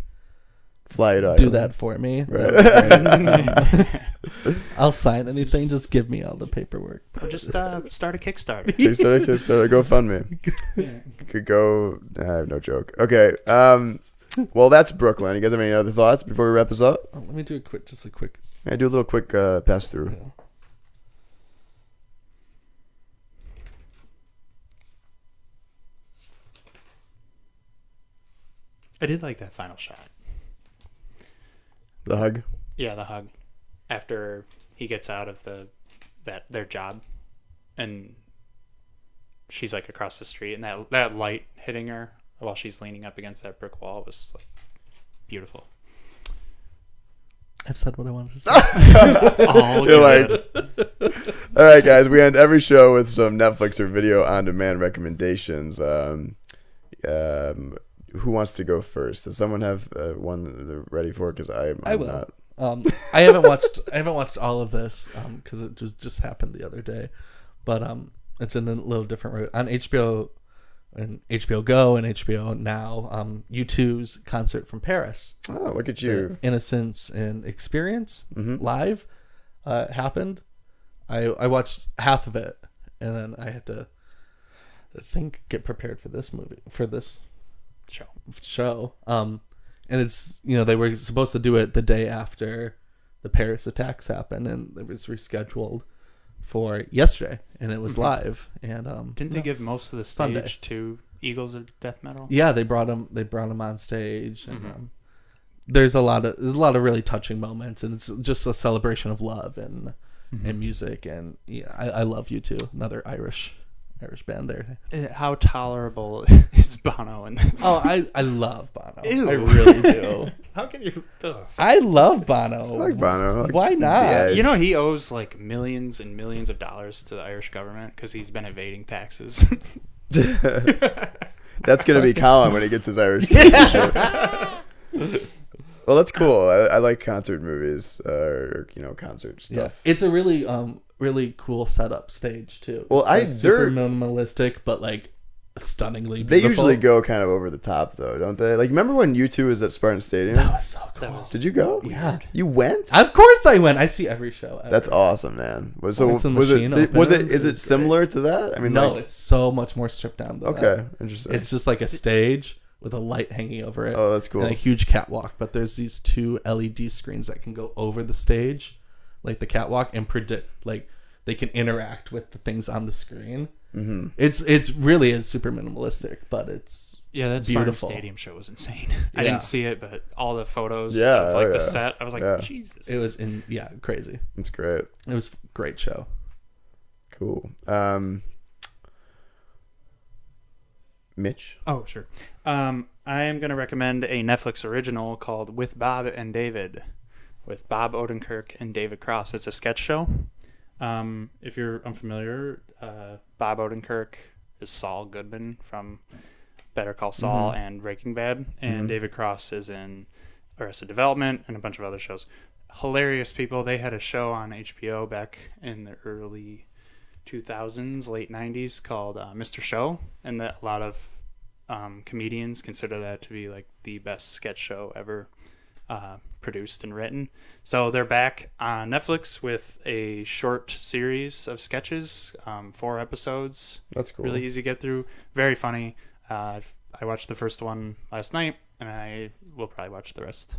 Speaker 2: fly it out.
Speaker 4: do
Speaker 2: [laughs]
Speaker 4: that for me. I'll sign anything. Just give me all the paperwork.
Speaker 3: Or just uh, start a Kickstarter.
Speaker 2: Kickstarter,
Speaker 4: [laughs]
Speaker 2: Kickstarter, GoFundMe. Could go. I have no joke. Okay. Um, Well, that's Brooklyn. You guys have any other thoughts before we wrap this up?
Speaker 4: Oh, Let me do a quick, just a quick.
Speaker 2: I do a little quick uh, pass through.
Speaker 3: I did like that final shot.
Speaker 2: The hug.
Speaker 3: Yeah, the hug after he gets out of the that their job, and she's like across the street, and that that light hitting her while she's leaning up against that brick wall was like beautiful.
Speaker 4: I've said what I [laughs] wanted to say.
Speaker 3: All
Speaker 2: You're like, [laughs] all right, guys. We end every show with some Netflix or video on demand recommendations. Um, um, who wants to go first? Does someone have uh, one that they're ready for? Because I, I'm
Speaker 4: I will.
Speaker 2: not.
Speaker 4: Um, I haven't watched. I haven't watched all of this because it just just happened the other day, but um, it's in a little different route on HBO and HBO Go and HBO Now. Um, U2's concert from Paris,
Speaker 2: Oh, look at you.
Speaker 4: Innocence and Experience live, uh, happened. I I watched half of it and then I had to think get prepared for this movie for this
Speaker 3: show.
Speaker 4: show. Um, and it's you know they were supposed to do it the day after the Paris attacks happened, and it was rescheduled for yesterday, and it was live. And um,
Speaker 3: Didn't they give most of the stage
Speaker 4: Sunday.
Speaker 3: to Eagles of Death Metal?
Speaker 4: yeah, they brought him. They brought him on stage, and um, there's a lot of a lot of really touching moments, and it's just a celebration of love and and music. And yeah, I, I love you too. Another Irish Irish band there.
Speaker 3: Uh, How tolerable [laughs] is Bono in this?
Speaker 4: Oh, I I love Bono.
Speaker 3: Ew.
Speaker 4: I
Speaker 2: [laughs]
Speaker 4: really do.
Speaker 3: How can you? Ugh.
Speaker 4: I love Bono.
Speaker 2: I like Bono. I like
Speaker 4: Why not?
Speaker 2: the edge.
Speaker 3: You know he owes like millions and millions of dollars to the Irish government because he's been evading taxes. [laughs]
Speaker 4: [laughs]
Speaker 2: That's gonna be Colin when he gets his Irish citizenship. well, that's cool. I, I like concert movies uh, or you know concert stuff.
Speaker 4: It's a really um really cool setup stage too.
Speaker 2: Well,
Speaker 4: It's,
Speaker 2: I-
Speaker 4: like, super
Speaker 2: they're-
Speaker 4: minimalistic, but like stunningly
Speaker 2: They
Speaker 4: beautiful.
Speaker 2: usually go kind of over the top though, don't they? Like remember when U two was at Spartan Stadium?
Speaker 4: That was so cool.
Speaker 2: Did you go?
Speaker 4: Yeah.
Speaker 2: You went?
Speaker 4: Of course, I went. I see every show. Ever.
Speaker 2: That's awesome, man. Was so
Speaker 4: Lights and
Speaker 2: was it
Speaker 4: Machine
Speaker 2: did, was it
Speaker 4: opened.
Speaker 2: is
Speaker 4: It
Speaker 2: it
Speaker 4: was great.
Speaker 2: similar to that? I mean,
Speaker 4: no,
Speaker 2: like,
Speaker 4: it's so much more stripped down. Than
Speaker 2: okay,
Speaker 4: that.
Speaker 2: interesting.
Speaker 4: it's just like a stage with a light hanging over it.
Speaker 2: Oh, that's cool.
Speaker 4: And a huge catwalk, but there's these two LED screens that can go over the stage, like the catwalk, and predict like they can interact with the things on the screen. Mm-hmm. It's it's really is super minimalistic, but it's
Speaker 3: yeah, that Spartan
Speaker 4: Beautiful.
Speaker 3: Stadium show was insane. [laughs] I
Speaker 4: Yeah.
Speaker 3: didn't see it, but all the photos
Speaker 2: Yeah,
Speaker 3: of like
Speaker 2: oh,
Speaker 3: the
Speaker 2: yeah.
Speaker 3: set, I was like,
Speaker 2: Yeah.
Speaker 3: Jesus.
Speaker 4: it was in yeah crazy.
Speaker 2: it's great.
Speaker 4: It was a great show.
Speaker 2: Cool. Um, Mitch.
Speaker 3: oh sure. Um, I am gonna recommend a Netflix original called With Bob and David, with Bob Odenkirk and David Cross. It's a sketch show. Um, if you're unfamiliar, uh, Bob Odenkirk is Saul Goodman from Better Call Saul and Breaking Bad, and David Cross is in Arrested Development and a bunch of other shows. Hilarious people. They had a show on HBO back in the early 2000s, late 90s called uh, Mr. Show, and that a lot of um, comedians consider that to be like the best sketch show ever uh, produced and written. So they're back on Netflix with a short series of sketches, um, four episodes.
Speaker 2: That's cool.
Speaker 3: Really easy to get through. Very funny. Uh, I've- I watched the first one last night, and I will probably watch the rest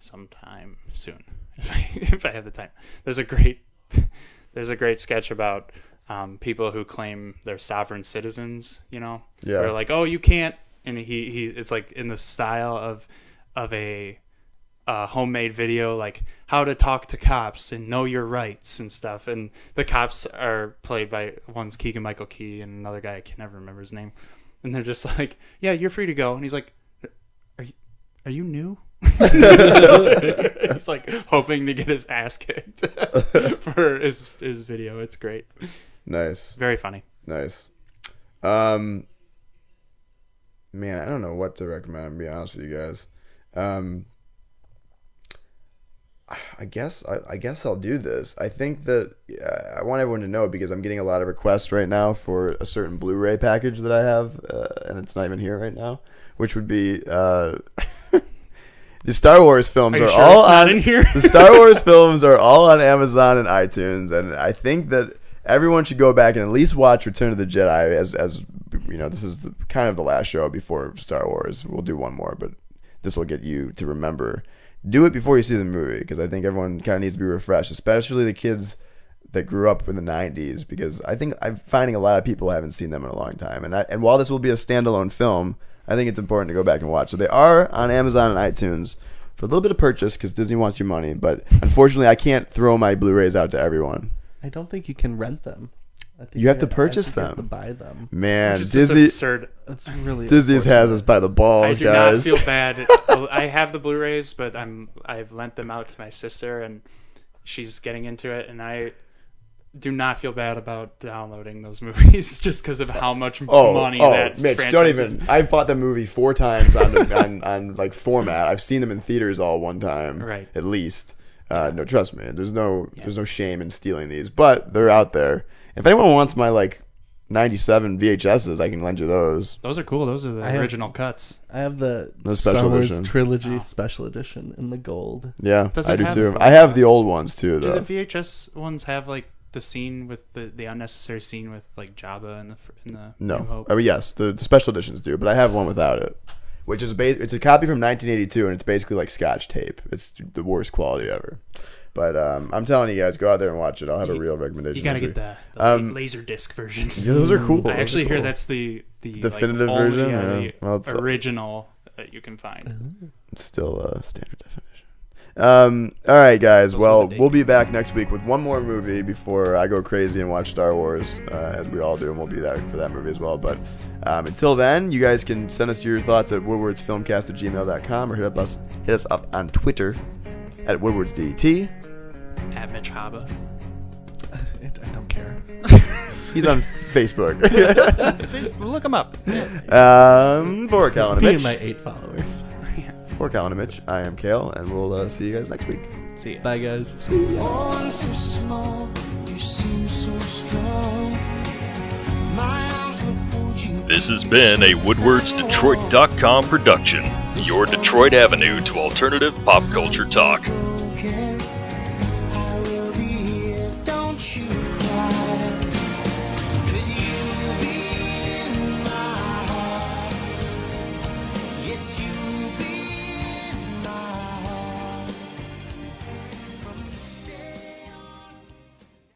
Speaker 3: sometime soon [laughs] if I, if I have the time. There's a great [laughs] there's a great sketch about um, people who claim they're sovereign citizens. You know,
Speaker 2: Yeah.
Speaker 3: They're like, oh, you can't, and he he it's like in the style of of a uh, homemade video like how to talk to cops and know your rights and stuff. And the cops are played by one's Keegan Michael Key and another guy I can never remember his name. And they're just [laughs] like, "Yeah, you're free to go." And he's like, "Are you, are you new?" [laughs] he's like hoping to get his ass kicked [laughs] for his his video. It's great,
Speaker 2: Nice.
Speaker 3: very funny.
Speaker 2: Nice. Um, man, I don't know what to recommend. I'm be honest with you guys. Um, I guess I, I guess I'll do this. I think that uh, I want everyone to know because I'm getting a lot of requests right now for a certain Blu-ray package that I have, uh, and it's not even here right now, which would be. Uh, [laughs] The Star Wars films
Speaker 3: Are
Speaker 2: are,
Speaker 3: you sure
Speaker 2: all
Speaker 3: it's
Speaker 2: on,
Speaker 3: not in here?
Speaker 2: the Star Wars films are all on Amazon and iTunes, and I think that everyone should go back and at least watch Return of the Jedi. As as you know, this is the, kind of the last show before Star Wars. We'll do one more, but this will get you to remember. Do it before you see the movie because I think everyone kind of needs to be refreshed, especially the kids that grew up in the 90s because I think I'm finding a lot of people haven't seen them in a long time. And I, and while this will be a standalone film, I think it's important to go back and watch. So they are on Amazon and iTunes for a little bit of purchase because Disney wants your money. But unfortunately, I can't throw my Blu-rays out to everyone.
Speaker 4: I don't think you can rent them. I think
Speaker 2: You have to
Speaker 4: I
Speaker 2: purchase
Speaker 4: think you have
Speaker 2: them.
Speaker 4: to buy them.
Speaker 2: Man,
Speaker 3: Which is just
Speaker 2: Disney
Speaker 3: absurd.
Speaker 4: That's really
Speaker 2: Disney's has us by the
Speaker 3: I
Speaker 2: balls,
Speaker 3: do not
Speaker 2: guys.
Speaker 3: feel
Speaker 2: [laughs]
Speaker 3: bad. oh, I have the Blu-rays, but I'm I've lent them out to my sister, and she's getting into it, and I do not feel bad about downloading those [laughs] movies just because of how much
Speaker 2: Oh,
Speaker 3: money
Speaker 2: oh,
Speaker 3: that
Speaker 2: Mitch,
Speaker 3: franchise
Speaker 2: don't
Speaker 3: is-
Speaker 2: even. I've bought the movie four times on, [laughs] on, on like format. I've seen them in theaters all one time,
Speaker 3: Right.
Speaker 2: At least. Uh, no, trust me. There's no there's no shame in stealing these, but they're out there. If anyone wants my like '97 VHSs, I can lend you those.
Speaker 3: Those are cool. Those are the
Speaker 4: have-
Speaker 3: original cuts.
Speaker 4: I have the
Speaker 2: No
Speaker 4: Star
Speaker 2: special
Speaker 4: Wars
Speaker 2: edition.
Speaker 4: trilogy
Speaker 3: Oh.
Speaker 4: special edition in the gold.
Speaker 2: Yeah,
Speaker 3: Does
Speaker 2: I
Speaker 3: it
Speaker 2: do
Speaker 3: have-
Speaker 2: too. I have the old ones too,
Speaker 3: Do
Speaker 2: though.
Speaker 3: the VHS ones have like the scene with the, the unnecessary scene with like Jabba and the fr- and the New
Speaker 2: No.
Speaker 3: Hope?
Speaker 2: I mean, yes, the the special editions do, but I have one without it, which is ba- it's a copy from 1982, and it's basically like Scotch tape. It's the worst quality ever. But um, I'm telling you guys, go out there and watch it. I'll have a real recommendation.
Speaker 3: you gotta
Speaker 2: this
Speaker 3: get
Speaker 2: week.
Speaker 3: the, the
Speaker 2: Um,
Speaker 3: laser disc version.
Speaker 2: [laughs] Yeah, those are cool. Those
Speaker 3: I
Speaker 2: are
Speaker 3: actually hear
Speaker 2: cool.
Speaker 3: that's the the
Speaker 2: Definitive
Speaker 3: like, only,
Speaker 2: version?
Speaker 3: uh, the
Speaker 2: Yeah. Well, it's-
Speaker 3: original that you can find.
Speaker 2: It's still uh, standard definition. Um, all right, guys. well, we'll be back next week with one more movie before I go crazy and watch Star Wars, uh, as we all do, and we'll be there for that movie as well. But um, until then, you guys can send us your thoughts at woodwardsfilmcast at gmail.com or hit, up us, hit us up on Twitter at woodwardsdt.
Speaker 3: At Mitch Haba.
Speaker 4: I, I don't care.
Speaker 2: He's
Speaker 3: [laughs]
Speaker 2: on Facebook.
Speaker 3: Look him up.
Speaker 2: um, for Calvin
Speaker 4: Me
Speaker 2: and
Speaker 4: and my
Speaker 2: Mitch.
Speaker 4: eight followers.
Speaker 2: For Calvin and Mitch, I am Kale, and we'll uh, see you guys next week.
Speaker 4: See ya. Bye guys.
Speaker 6: Born so small, you seem so strong. My arms will hold you.
Speaker 1: This has been a WoodwardsDetroit.com production, your Detroit avenue to alternative pop culture talk.
Speaker 6: Okay.